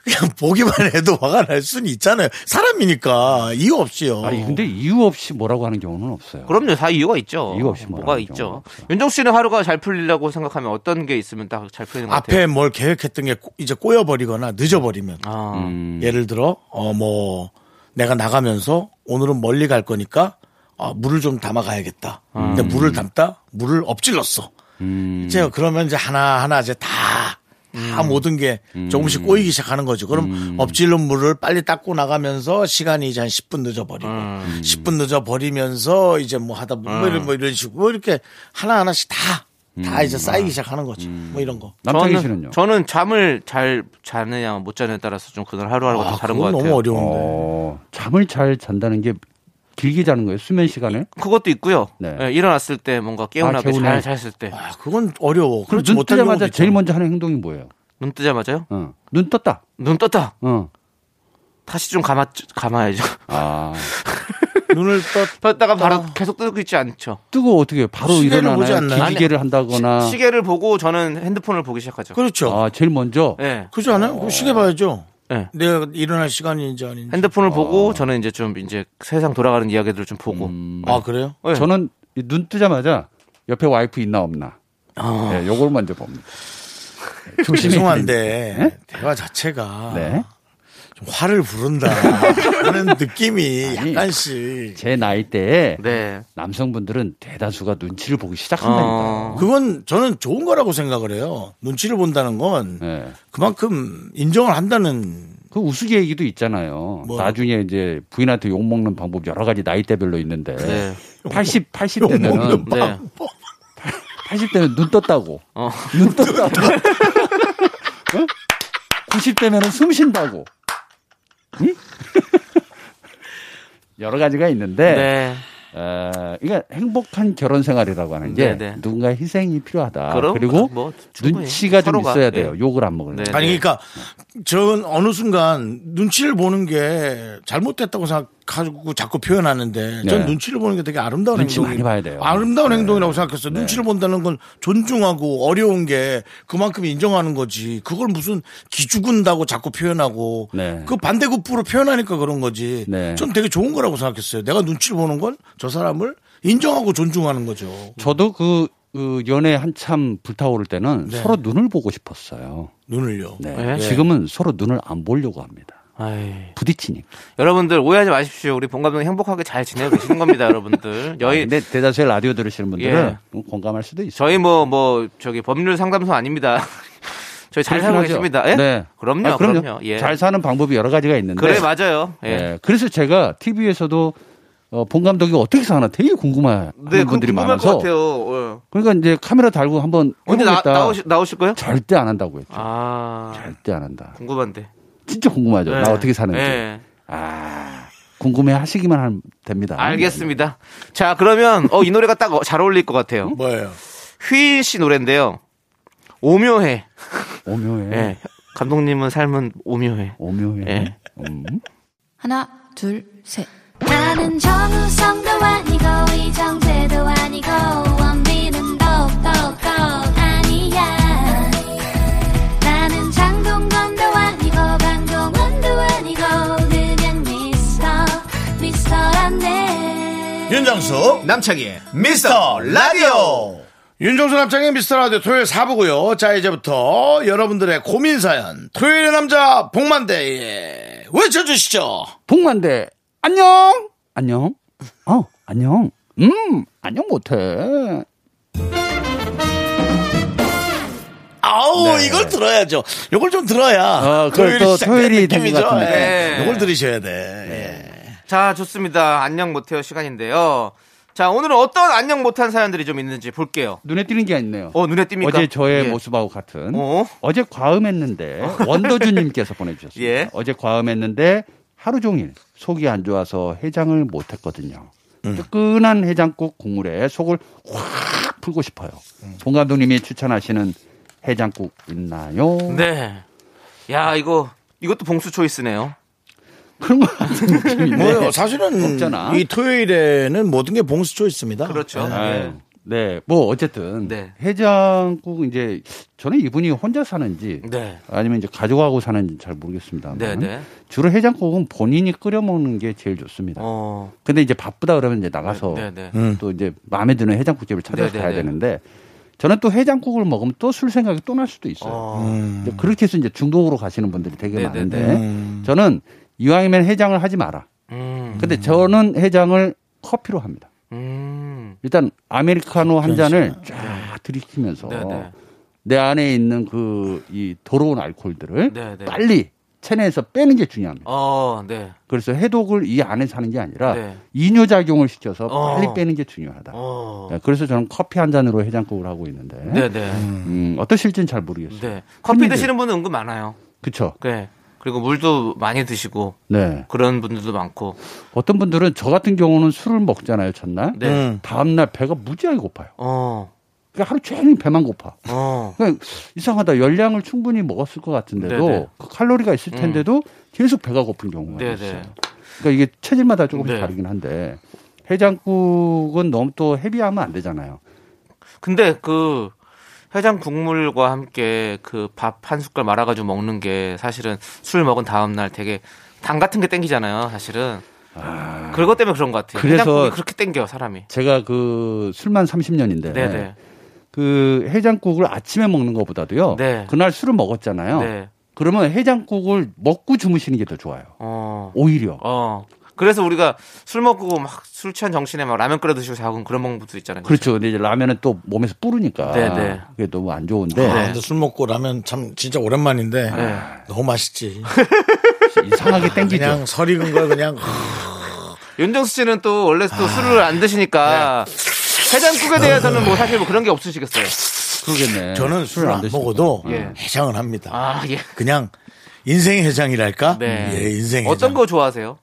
A: 그냥 보기만 해도 화가 날 수는 있잖아요. 사람이니까 이유 없이요.
F: 아니 근데 이유 없이 뭐라고 하는 경우는 없어요.
B: 그럼요. 다 이유가 있죠.
F: 이유가 없이
B: 뭐가
F: 말하는
B: 있죠.
F: 경우가 없죠.
B: 윤종 씨는 하루가 잘 풀리려고 생각하면 어떤 게 있으면 딱 잘 풀리는 것 같아요.
A: 앞에 뭘 계획했던 게 꼬- 이제 꼬여버리거나 늦어버리면
B: 아.
A: 음. 예를 들어 어 뭐 내가 나가면서 오늘은 멀리 갈 거니까 어, 물을 좀 담아 가야겠다. 근데
B: 음.
A: 물을 담다 물을 엎질렀어. 제가 그러면 이제 하나 하나 이제 다. 다
B: 음.
A: 모든 게 조금씩 꼬이기 시작하는 거죠. 그럼 엎질른 물을 빨리 닦고 나가면서 시간이 이제 한 10분 늦어버리고
B: 음.
A: 10분 늦어버리면서 이제 뭐 하다 보면 뭐 이런, 뭐 이런 식으로 뭐 이렇게 하나하나씩 다 다
B: 음.
A: 이제 쌓이기 시작하는 거죠. 뭐 이런 거.
F: 남창희 씨는요?
B: 저는 잠을 잘 자느냐 못 자느냐에 따라서 좀 그날 하루하루가 다 다른 것
A: 그건
B: 같아요.
A: 너무 어려운데.
F: 어, 잠을 잘 잔다는 게 길게 자는 거예요. 수면 시간을?
B: 그것도 있고요.
F: 네.
B: 예, 일어났을 때 뭔가 개운하게
F: 아, 개운해.
B: 잘 잤을 때.
A: 아, 그건 어려워.
F: 그럼
A: 그렇지
F: 눈
A: 못할 경우도
F: 뜨자마자 제일
A: 있잖아.
F: 먼저 하는 행동이 뭐예요?
B: 눈 뜨자마자요?
F: 어. 눈 떴다.
B: 눈 떴다.
F: 어.
B: 다시 좀 감아 감아야죠.
F: 아.
A: 눈을 떴
B: 떴다가 바로 계속 뜨고 있지 않죠.
F: 뜨고 어떻게 해요? 바로
A: 시계를 보지
F: 일어나나요?
A: 않나요?
F: 기지개를 한다거나.
B: 시계를 보고 저는 핸드폰을 보기 시작하죠.
A: 그렇죠.
F: 아, 어. 제일 먼저.
B: 예.
A: 그렇지 않아요? 그럼 시계 봐야죠.
B: 예.
A: 내가 일어날 시간인지 아닌지.
B: 핸드폰을
F: 어.
B: 보고 저는 이제 좀 이제 세상 돌아가는 이야기들을 좀 보고.
A: 아 그래요?
B: 예.
F: 음. 저는 이눈 뜨자마자 옆에 와이프 있나 없나.
A: 어.
B: 어.
F: 예, 요걸 먼저 봅니다. 조심히
A: 죄송한데
F: 음. 네?
A: 대화 자체가
F: 네.
A: 좀 화를 부른다 하는 느낌이
F: 아니,
A: 약간씩.
F: 제 나이 때에
B: 네.
F: 남성분들은 대다수가 눈치를 보기 시작한다니까요.
A: 아.
B: 어.
A: 그건 저는 좋은 거라고 생각을 해요. 눈치를 본다는 건
F: 예.
A: 그만큼 인정을 한다는
F: 그 우스개 얘기도 있잖아요.
A: 뭐?
F: 나중에 이제 부인한테 욕 먹는 방법 여러 가지 나이대별로 있는데
B: 네.
F: 80 80
A: 욕먹는
F: 대는
B: 네.
A: 방법.
F: 80 대는 눈 떴다고.
B: 어.
F: 눈 떴다고. 90 대면은 숨 쉰다고. 응? 여러 가지가 있는데
B: 네.
F: 어, 그러니까 행복한 결혼 생활이라고 하는 게
B: 네, 네.
F: 누군가의 희생이 필요하다.
B: 그럼
F: 그리고
B: 뭐 충분히
F: 눈치가 좀
B: 서로가,
F: 있어야 돼요.
B: 예.
F: 욕을 안 먹으려면.
B: 네.
A: 아니 그러니까 저는 어느 순간 눈치를 보는 게 잘못됐다고 생각하고 자꾸 표현하는데 전
F: 네.
A: 눈치를 보는 게 되게 아름다운
F: 눈치
A: 행동이
F: 많이 봐야 돼요. 네.
A: 아름다운 행동이라고 생각했어요. 눈치를 본다는 건 존중하고 어려운 게 그만큼 인정하는 거지. 그걸 무슨 기죽은다고 자꾸 표현하고
F: 네.
A: 그 반대급부로 표현하니까 그런 거지.
F: 네.
A: 전 되게 좋은 거라고 생각했어요. 내가 눈치를 보는 건 저 사람을 인정하고 존중하는 거죠.
F: 저도 그, 그 연애 한참 불타오를 때는
A: 네.
F: 서로 눈을 보고 싶었어요.
A: 눈을요.
F: 네.
B: 네.
F: 지금은 서로 눈을 안 보려고 합니다.
B: 아이.
F: 부딪히니까.
B: 여러분들 오해하지 마십시오. 우리 본 감독님 행복하게 잘 지내고 계시는 겁니다, 여러분들.
F: 아,
B: 여의
F: 근데 대다수의 라디오 들으시는 분들은
B: 예.
F: 좀 공감할 수도 있어요.
B: 저희 뭐 뭐 저기 법률 상담소 아닙니다. 저희 잘 살고
F: 그렇긴 하죠.
B: 계십니다. 예?
F: 네.
B: 그럼요,
F: 아,
B: 그럼요. 예.
F: 잘 네. 사는 방법이 여러 가지가 있는데.
B: 그래 맞아요. 예.
F: 예, 그래서 제가 TV에서도 어, 본 감독이 어떻게 사나 되게 궁금한
B: 네, 그건
F: 분들이
B: 궁금할
F: 많아서.
B: 것 같아요.
F: 그러니까 이제 카메라 달고 한번
B: 예. 언제 나,
F: 해보겠다.
B: 나오실, 나오실 거예요?
F: 절대 안 한다고 했죠.
B: 아,
F: 절대 안 한다.
B: 궁금한데.
F: 진짜 궁금하죠.
B: 예.
F: 네. 나 어떻게 사는지.
B: 예.
F: 아, 궁금해 하시기만 하면 됩니다.
B: 알겠습니다. 자, 그러면 어, 이 노래가 딱 잘 어울릴 것 같아요.
F: 음?
A: 뭐예요?
B: 휘인 씨 노래인데요. 오묘해.
F: 오묘해.
B: 예. 감독님은 삶은 오묘해.
F: 오묘해.
B: 예.
F: 음.
G: 하나, 둘, 셋.
C: 나는 정우성도 아니고 이정재도 아니고 원빈은 더욱더 아니야 나는 장동건도 아니고 강동원도 아니고 그냥 미스터 미스터란데
D: 윤정수 남창희의 미스터 라디오
A: 윤종수 남창의 미스터라디오 토요일 4부고요. 자 이제부터 여러분들의 고민사연 토요일의 남자 복만대에 외쳐주시죠.
F: 복만대 안녕. 안녕. 어 안녕. 음 안녕 못해.
A: 아우 이걸 들어야죠. 요걸 좀 들어야.
F: 네. 아, 그걸 또
A: 시작되는
F: 토요일이 된것
A: 느낌이죠.
F: 같은데. 네.
A: 예. 요걸 들으셔야 돼. 예.
B: 자, 좋습니다. 안녕 못해요 시간인데요. 자, 오늘은 어떤 안녕 못한 사연들이 좀 있는지 볼게요.
F: 눈에 띄는 게 있네요.
B: 어, 눈에 띕니까?
F: 어제 저의
B: 예.
F: 모습하고 같은
B: 어?
F: 어? 제 과음했는데 원더주님께서 보내주셨습니다.
B: 예.
F: 어제 과음했는데 하루 종일 속이 안 좋아서 해장을 못했거든요.
B: 음.
F: 뜨끈한 해장국 국물에 속을 확 풀고 싶어요.
B: 음.
F: 송 감독님이 추천하시는 해장국 있나요?
B: 네. 야, 이거 이것도 봉수 초이스네요.
F: 그런 거 같은 느낌인데.
A: 예. 뭐요? 사실은
F: 네. 없잖아.
A: 이 토요일에는 모든 게 봉수 초이스입니다.
B: 그렇죠.
F: 아유,
B: 예.
F: 네, 뭐 어쨌든
B: 네.
F: 해장국 이제 저는 이분이 혼자 사는지
B: 네.
F: 아니면 이제 가족하고 사는지 잘 모르겠습니다.
B: 네, 네.
F: 주로 해장국은 본인이 끓여 먹는 게 제일 좋습니다.
B: 어.
F: 근데 이제 바쁘다 그러면 이제 나가서
B: 네, 네.
F: 또 이제 마음에 드는 해장국집을 찾아서
B: 네, 네,
F: 가야
B: 네.
F: 되는데 저는 또 해장국을 먹으면 또 술 생각이 또 날 수도 있어요.
B: 어.
F: 근데 그렇게 해서 이제 중독으로 가시는 분들이 되게
B: 네, 네,
F: 많은데
B: 네.
F: 저는 이왕이면 해장을 하지 마라.
B: 음.
F: 근데 저는 해장을 커피로 합니다.
B: 음.
F: 일단 아메리카노 한 잔을 쫙 들이키면서
B: 네, 네.
F: 내 안에 있는 그 이 더러운 알코올들을
B: 네, 네.
F: 빨리 체내에서 빼는 게 중요합니다.
B: 어, 네.
F: 그래서 해독을 이 안에 사는 게 아니라
B: 네.
F: 이뇨작용을 시켜서
B: 어.
F: 빨리 빼는 게 중요하다.
B: 어.
F: 네, 그래서 저는 커피 한 잔으로 해장국을 하고 있는데
B: 네, 네.
F: 음, 어떠실지는 잘 모르겠어요.
B: 네. 커피
F: 흔히들.
B: 드시는 분은 은근 많아요.
F: 그렇죠.
B: 네. 그리고 물도 많이 드시고
F: 네.
B: 그런 분들도 많고.
F: 어떤 분들은 저 같은 경우는 술을 먹잖아요 첫날.
B: 네.
A: 음.
F: 다음 날 배가 무지하게 고파요.
B: 어.
F: 그러니까 하루 종일 배만 고파.
B: 어.
F: 그러니까 이상하다. 열량을 충분히 먹었을 것 같은데도
B: 네네. 음.
F: 그 칼로리가 있을 텐데도 계속 배가 고픈 경우가
B: 네네.
F: 있어요. 그러니까 이게 체질마다 조금 씩
B: 네.
F: 다르긴 한데 해장국은 너무 또 헤비하면 안 되잖아요.
B: 근데 그 해장 국물과 함께 그 밥 한 숟갈 말아가지고 먹는 게 사실은 술 먹은 다음 날 되게 당 같은 게 땡기잖아요. 사실은. 그것 때문에 그런 것 같아요.
F: 아. 그래서-
B: 해장국이 그렇게 땡겨 사람이.
F: 제가 그 술만 30년인데
B: 네, 네,
F: 그 해장국을 아침에 먹는 것보다도요.
B: 네.
F: 그날 술을 먹었잖아요.
B: 네.
F: 그러면 해장국을 먹고 주무시는 게 더 좋아요.
B: 어,
F: 오히려.
B: 어. 그래서 우리가 술 먹고 막 술 취한 정신에 막 라면 끓여 드시고 자고 그런 방법도 있잖아요.
F: 그렇죠. 근데 이제 라면은 또 몸에서 뿌르니까
B: 네네.
F: 그게 너무 안 좋은데
B: 네.
A: 아, 근데 술 먹고 라면 참 진짜 오랜만인데
B: 네.
A: 너무 맛있지.
F: 이상하게 땡기죠.
A: 그냥 설 익은 걸 그냥
B: 윤정수 씨는 또 원래
F: 아.
B: 또 술을 안 드시니까
F: 네.
B: 해장국에 대해서는 뭐 사실 뭐 그런 게 없으시겠어요.
F: 그러겠네.
A: 저는
F: 술을
A: 술을 안
F: 드시니까.
A: 먹어도
B: 예.
A: 해장을 합니다.
B: 아 예.
A: 그냥 인생 해장이랄까?
F: 음,
B: 네.
A: 예, 인생 해장.
B: 어떤 거 좋아하세요?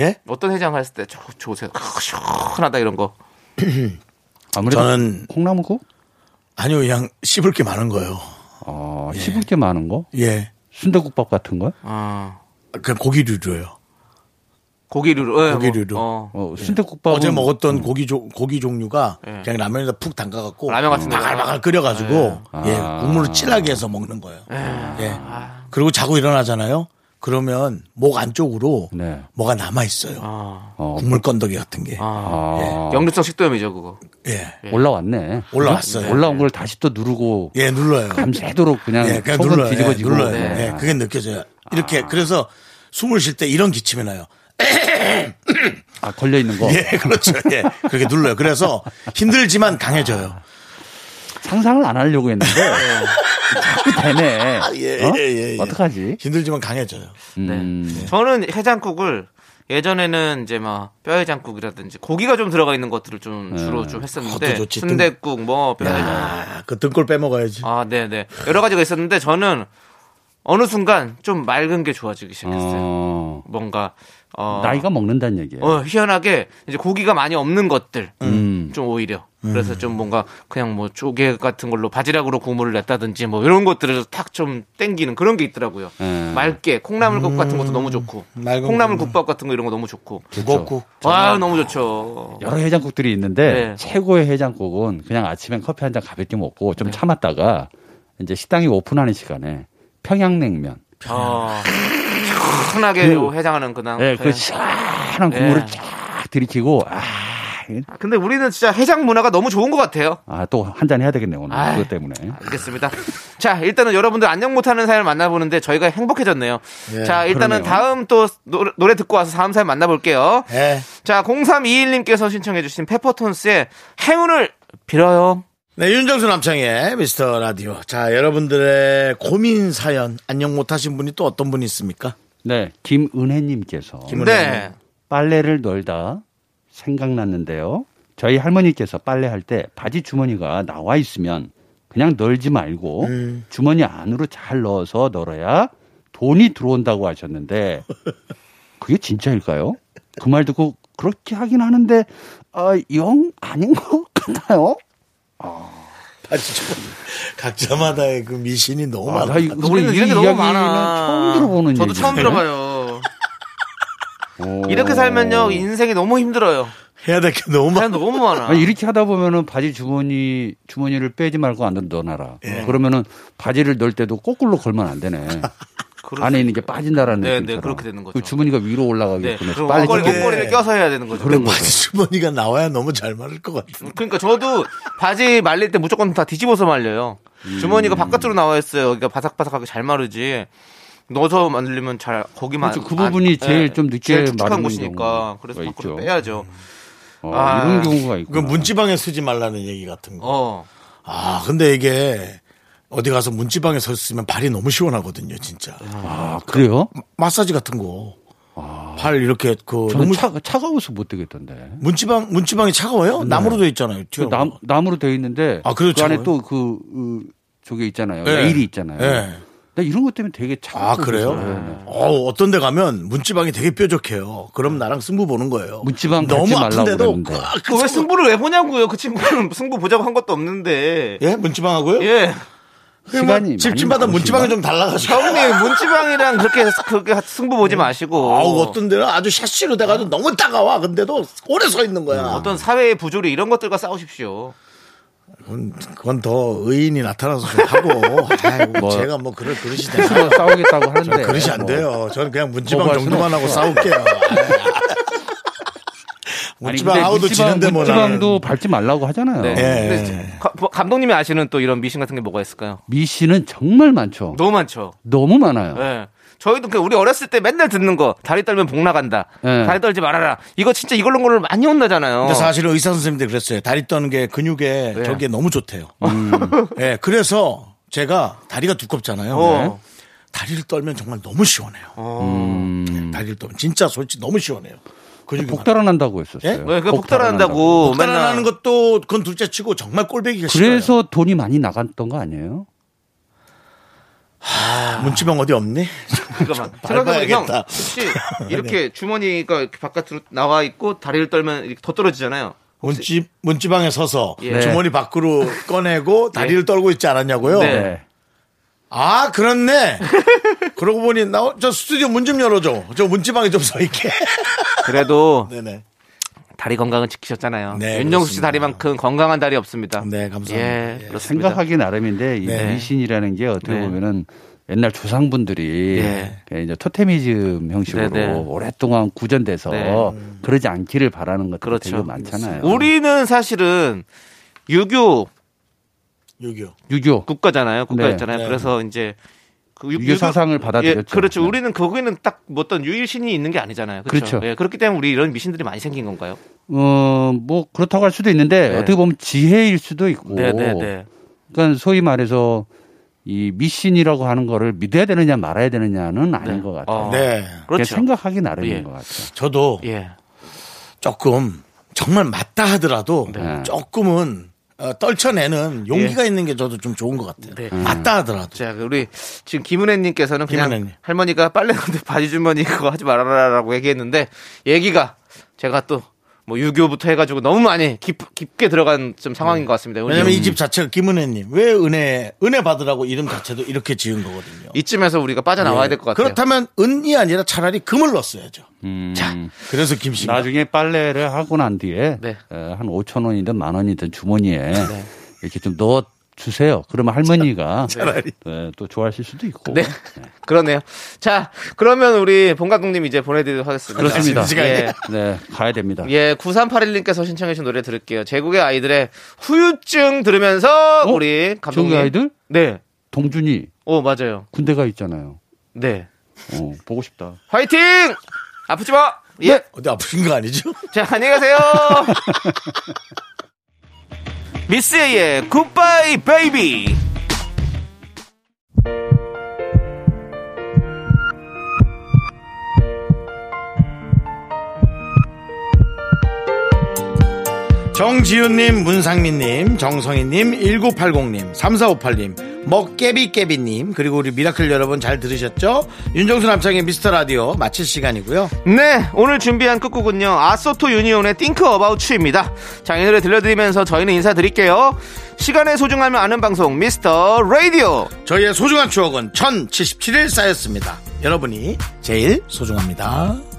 A: 예?
B: 어떤 해장 할 때 좋으세요? 크, 시원하다 이런 거.
F: 아무래도
A: 저는-
F: 콩나물국?
A: 아니요, 그냥 씹을 게 많은 거예요.
F: 어, 씹을 게 많은 거?
A: 예.
F: 순대국밥 같은 거?
B: 아,
A: 그냥 고기류로요.
B: 고기류로. 예,
A: 고기류로.
B: 뭐,
F: 어, 순대국밥
A: 어제 먹었던 고기 조, 고기 종류가
B: 음. 예.
A: 그냥 라면에다 푹 담가갖고
B: 라면 같은 거.
A: 바글바글 끓여가지고 예.
F: 아.
A: 국물을 진하게 해서 먹는 거예요. 예.
B: 아.
A: 그리고 자고 일어나잖아요. 그러면 목 안쪽으로
F: 네.
A: 뭐가 남아 있어요.
B: 아,
F: 어,
A: 국물 건더기 같은 게
B: 아.
F: 아,
B: 역류성 식도염이죠 그거.
A: 예.
F: 올라왔네.
A: 올라왔어요.
F: 올라온 걸 다시 또 누르고
A: 예, 눌러요.
F: 밤새도록 그냥
A: 예, 그냥
F: 속은
A: 눌러요. 예,
F: 뒤집어지고.
A: 눌러요.
B: 네.
A: 예, 그게 느껴져요. 이렇게 그래서 숨을 쉴 때 이런 기침이 나요.
F: 아, 걸려있는 거.
A: 예, 그렇죠. 예, 그렇게 눌러요. 그래서 힘들지만 강해져요.
F: 상상을 안 하려고 했는데 자꾸 되네.
A: 예,
F: 어?
A: 예, 예, 예.
F: 어떡하지?
A: 힘들지만 강해져요.
F: 음,
B: 네. 저는 해장국을 예전에는 이제 막 뼈해장국이라든지 고기가 좀 들어가 있는 것들을 좀
F: 네.
B: 주로 좀
A: 그것도
B: 했었는데
A: 좋지.
B: 순대국 뭐 뼈해장국
A: 아, 그 등골 빼먹어야지.
B: 아, 네, 네. 여러 가지가 있었는데 저는 어느 순간 좀 맑은 게 좋아지기 시작했어요.
F: 어,
B: 뭔가 어,
F: 나이가 먹는다는 얘기예요.
B: 어, 희한하게 이제 고기가 많이 없는 것들
F: 음.
B: 좀 오히려 그래서 좀 뭔가 그냥 뭐 조개 같은 걸로 바지락으로 국물을 냈다든지 뭐 이런 것들을 탁 좀 땡기는 그런 게 있더라고요.
F: 음.
B: 맑게 콩나물국 같은 것도 너무 좋고
A: 맑은
B: 콩나물국밥 같은 거 이런 거 너무 좋고
A: 무겁고.
B: 와 너무 좋죠.
F: 여러 해장국들이 있는데
B: 네.
F: 최고의 해장국은 그냥 아침엔 커피 한 잔 가볍게 먹고
A: 네.
F: 좀 참았다가 이제 식당이 오픈하는 시간에 평양냉면,
B: 어, 시원하게
F: 그-
B: 해장하는
A: 아,
B: 예. 그냥
F: 네, 그
B: 그냥-
F: 시원한 국물을
B: 네.
F: 쫙 들이키고 아,
B: 근데 우리는 진짜 해장 문화가 너무 좋은 것 같아요.
F: 아또 한 잔 해야 되겠네 오늘
B: 아이.
F: 그것 때문에
B: 알겠습니다. 자, 일단은 여러분들 안녕 못하는 사연 만나보는데 저희가 행복해졌네요. 자, 일단은
F: 예, 그러네요.
B: 다음 또 노래, 노래 듣고 와서 다음 사연 만나볼게요.
A: 예.
B: 자, 0321님께서 신청해주신 페퍼톤스의 행운을 빌어요.
A: 네, 윤정수 남창의 미스터 라디오. 자, 여러분들의 고민 사연 안녕 못하신 분이 또 어떤 분이 있습니까?
F: 네, 김은혜님께서
B: 네.
F: 빨래를 널다 생각났는데요. 저희 할머니께서 빨래할 때 바지 주머니가 나와 있으면 그냥 널지 말고
B: 네.
F: 주머니 안으로 잘 넣어서 널어야 돈이 들어온다고 하셨는데 그게 진짜일까요? 그 말 듣고 그렇게 하긴 하는데 아, 영 아닌 것 같아요.
A: 바지 좀 각자마다의 그 미신이 너무
F: 아,
A: 많아.
F: 나 이-
B: 우리는 이런 게 너무
F: 이야기는
B: 많아.
F: 처음 들어보는
B: 저도 처음
F: 얘기인데.
B: 들어봐요.
F: 오.
B: 이렇게 살면요 인생이 너무 힘들어요.
A: 해야 될 게 너무 많아.
B: 그냥 너무 많아.
F: 아니, 이렇게 하다 보면은 바지 주머니 주머니를 빼지 말고 안으로 넣어놔라. 그러면은 바지를 넣을 때도 거꾸로 걸면 안 되네.
B: 그렇죠.
F: 안에 있는 게 빠진다라는
B: 네, 네,
F: 느낌처럼.
B: 그렇게 되는 거죠.
F: 그 주머니가 위로
B: 네.
F: 올라가게끔 해서
B: 그리고
F: 빨리
B: 옷걸이,
F: 좀 네.
A: 꺾어.
B: 옷걸이를 껴서 해야 되는 거죠.
F: 그런 거죠.
A: 바지 주머니가 나와야 너무 잘 마를 것 같아.
B: 그러니까 저도 바지 말릴 때 무조건 다 뒤집어서 말려요.
F: 음.
B: 주머니가 바깥으로 나와 있어요. 그러니까 바삭바삭하게 잘 마르지. 넣어서 말리면 잘 거기만
F: 그렇죠. 그
B: 안-
F: 부분이
B: 안-
F: 제일
B: 예,
F: 좀 늦게
B: 제일 축축한
F: 마르는
B: 곳이니까
F: 경우가
B: 그래서 밖으로
F: 있죠.
B: 빼야죠.
F: 어,
B: 아.
F: 이런 경우가 있고.
A: 그 문지방에 쓰지 말라는 얘기 같은 거.
B: 어.
A: 아, 근데 이게 어디 가서 문지방에 서 있으면 발이 너무 시원하거든요, 진짜.
F: 아 그래요?
A: 마사지 같은 거. 발 이렇게 그
F: 아. 저는
A: 어, 너무
F: 차, 차가워서 못 되겠던데.
A: 문지방 문지방이 차가워요? 나무로 되어 있잖아요.
F: 그
A: 튀어.
F: 남, 나무로 되어 있는데
A: 그렇죠. 아,
F: 그
A: 그래도
F: 안에
A: 차가워요?
F: 또그 그, 저게 있잖아요.
A: 예.
F: 레일이 있잖아요.
A: 예.
F: 나 이런 것 때문에 되게 네, 차가워.
A: 아 그래요? 어 어떤 데 가면 문지방이 되게 뾰족해요. 그럼 나랑 승부 보는 거예요.
F: 문지방
A: 너무
F: 밟지 말라고
A: 아픈데도
F: 그랬는데.
A: 꽉
B: 그왜 승부를 왜 보냐고요. 그 친구는 승부 보자고 한 것도 없는데.
A: 예 문지방하고요?
B: 예.
F: 시간이 어.
A: 집집마다
F: 많이
A: 문지방이 좀 달라가지고.
B: 형님 문지방이랑 그렇게 해서 그렇게 승부 보지 마시고.
A: 아우 어떤 데는 아주 샤시로 돼가지고 너무 따가워. 근데도 오래 서 있는
F: 음.
A: 거야.
B: 어떤 사회의 부조리 이런 것들과 싸우십시오.
A: 그건, 그건 더 의인이 나타나서 좀 하고. 아이고, 제가 뭐 그럴 그릇이 되나.
F: 서 싸우겠다고 하는데
A: 그릇이 안
F: 뭐.
A: 돼요. 저는 그냥 문지방
F: 거부할
A: 정도만
F: 수는
A: 하고
F: 없죠.
A: 싸울게요.
F: 아니,
A: 문지방
F: 근데
A: 하고도
F: 문지방,
A: 지는데 뭐 나는.
F: 문지방도 밟지 말라고 하잖아요.
B: 네.
A: 예.
B: 근데 가- 뭐 감독님이 아시는 또 이런 미신 같은 게 뭐가 있을까요?
F: 미신은 정말 많죠.
B: 너무 많죠.
F: 너무 많아요.
B: 예. 저희도 그 우리 어렸을 때 맨날 듣는 거 다리 떨면 복 나간다.
F: 예.
B: 다리 떨지 말아라. 이거 진짜 이걸로 걸로 많이 혼나잖아요.
F: 어.
A: 근데 사실은 의사 선생님들 그랬어요. 다리 떠는 게 근육에
B: 네.
A: 저게 너무 좋대요.
F: 음.
A: 예, 그래서 제가 다리가 두껍잖아요. 네.
B: 어.
A: 다리를 떨면 정말 너무 시원해요. 네, 다리를 떨면 진짜 솔직히 너무 시원해요. 근육이
F: 어. 음. 복달아 난다고 했었어요.
B: 왜 예? 네, 그거
F: 복달아
B: 폭달한다고
A: 많아요.
B: 맨날
A: 따라하는 것도 그건 둘째치고 정말 꼴배기가 싫어요.
F: 그래서 돈이 많이 나갔던 거 아니에요?
A: 문지방 어디 없니?
B: 잠깐만. 그러니까 생각해보면 형,
A: 밟아야겠다. 네.
B: 혹시 이렇게 주머니가 이렇게 바깥으로 나와 있고 다리를 떨면 이렇게 더 떨어지잖아요.
A: 문지 문지방에 서서
B: 예.
A: 주머니 밖으로 꺼내고 다리를 떨고 있지 않았냐고요?
B: 네.
A: 아 그렇네. 그러고 보니 나 저 스튜디오 문 좀 열어줘. 저 문지방에 좀 서 있게.
B: 그래도
A: 네네.
B: 다리 건강은 지키셨잖아요.
A: 네,
B: 윤정수 씨
A: 그렇습니다.
B: 다리만큼 건강한 다리 없습니다.
A: 네, 감사합니다.
B: 예, 그렇습니다.
F: 생각하기 나름인데 이
A: 네.
F: 미신이라는 게 어떻게
B: 네.
F: 보면은 옛날 조상분들이
B: 네.
F: 그냥 이제 토테미즘 형식으로
B: 네, 네.
F: 오랫동안 구전돼서
B: 네.
F: 그러지 않기를 바라는 것들 이
B: 그렇죠.
F: 되게 많잖아요.
B: 우리는 사실은 유교
A: 예. 여기요.
F: 유교
B: 국가잖아요. 국가였잖아요.
A: 네.
B: 그래서 이제 그
F: 유교 사상을 받아들였죠.
B: 예, 그렇죠.
F: 네.
B: 우리는 거기는 딱뭐 어떤 유일신이 있는 게 아니잖아요. 그렇죠.
F: 그렇죠.
B: 예, 그렇기 때문에 우리 이런 미신들이 많이 생긴 건가요?
F: 어뭐 그렇다고 할 수도 있는데
B: 네.
F: 어떻게 보면 지혜일 수도 있고
B: 네, 네, 네.
F: 그러니까 소위 말해서 이 미신이라고 하는 거를 믿어야 되느냐 말아야 되느냐는 아닌
B: 네.
F: 것 같아요.
B: 어.
A: 네.
F: 그냥
B: 그렇죠.
F: 생각하기 나름인
B: 예.
F: 것 같아요.
A: 저도
B: 예.
A: 조금 정말 맞다 하더라도
F: 네.
A: 조금은 어, 떨쳐내는 용기가 있는 게 저도 좀 좋은 것 같아요.
B: 예. 네.
A: 맞다 하더라도.
B: 자, 그 우리 지금 김은혜님께서는 그냥
A: 김은혜님.
B: 할머니가 빨래 건데 바지 주머니 그거 하지 말아라라고 얘기했는데 얘기가 제가 또 뭐 유교부터 해가지고 너무 많이 깊, 깊게 들어간 좀
F: 네.
B: 상황인 것 같습니다.
A: 왜냐면
B: 음.
A: 이 집 자체가 김은혜님 왜 은혜 은혜 받으라고 이름 자체도 이렇게 지은 거거든요.
B: 이쯤에서 우리가 빠져나와야
F: 예.
B: 될 것 같아요. 음.
A: 그렇다면 은이 아니라 차라리 금을 넣었어야죠.
F: 자,
A: 그래서 김씨.
F: 나중에 빨래를 하고 난 뒤에
B: 네.
F: 어, 한 5천 원이든 만 원이든 주머니에 이렇게 좀 넣어 주세요. 그러면 할머니가 네, 또 좋아하실 수도 있고.
B: 네. 그러네요. 자, 그러면 우리 본감독님 이제 보내드리도록 하겠습니다.
F: 그렇습니다.
B: 예.
F: 네, 가야 됩니다.
B: 예, 9381님께서 신청해주신 노래 들을게요. 제국의 아이들의 후유증 들으면서
F: 어?
B: 우리 감독님.
F: 제국의 아이들?
B: 네.
F: 동준이
B: 어, 맞아요.
F: 군대가 있잖아요.
B: 네.
F: 어, 보고 싶다.
B: 화이팅! 아프지 마! 예.
F: 네.
A: 어디 아프신 거 아니죠?
B: 자, 안녕히 가세요. 미스의 굿바이 베이비
A: 정지윤님, 문상민님, 정성희님, 1980님, 3458님, 먹깨비깨비님, 그리고 우리 미라클 여러분 잘 들으셨죠? 윤정수 남창의 미스터 라디오 마칠 시간이고요.
B: 네, 오늘 준비한 끝곡은요. 아소토 유니온의 Think About You입니다. 자, 이 노래 들려드리면서 저희는 인사드릴게요. 시간의 소중함을 아는 방송 미스터 라디오.
A: 저희의 소중한 추억은 1077일 쌓였습니다. 여러분이 제일 소중합니다.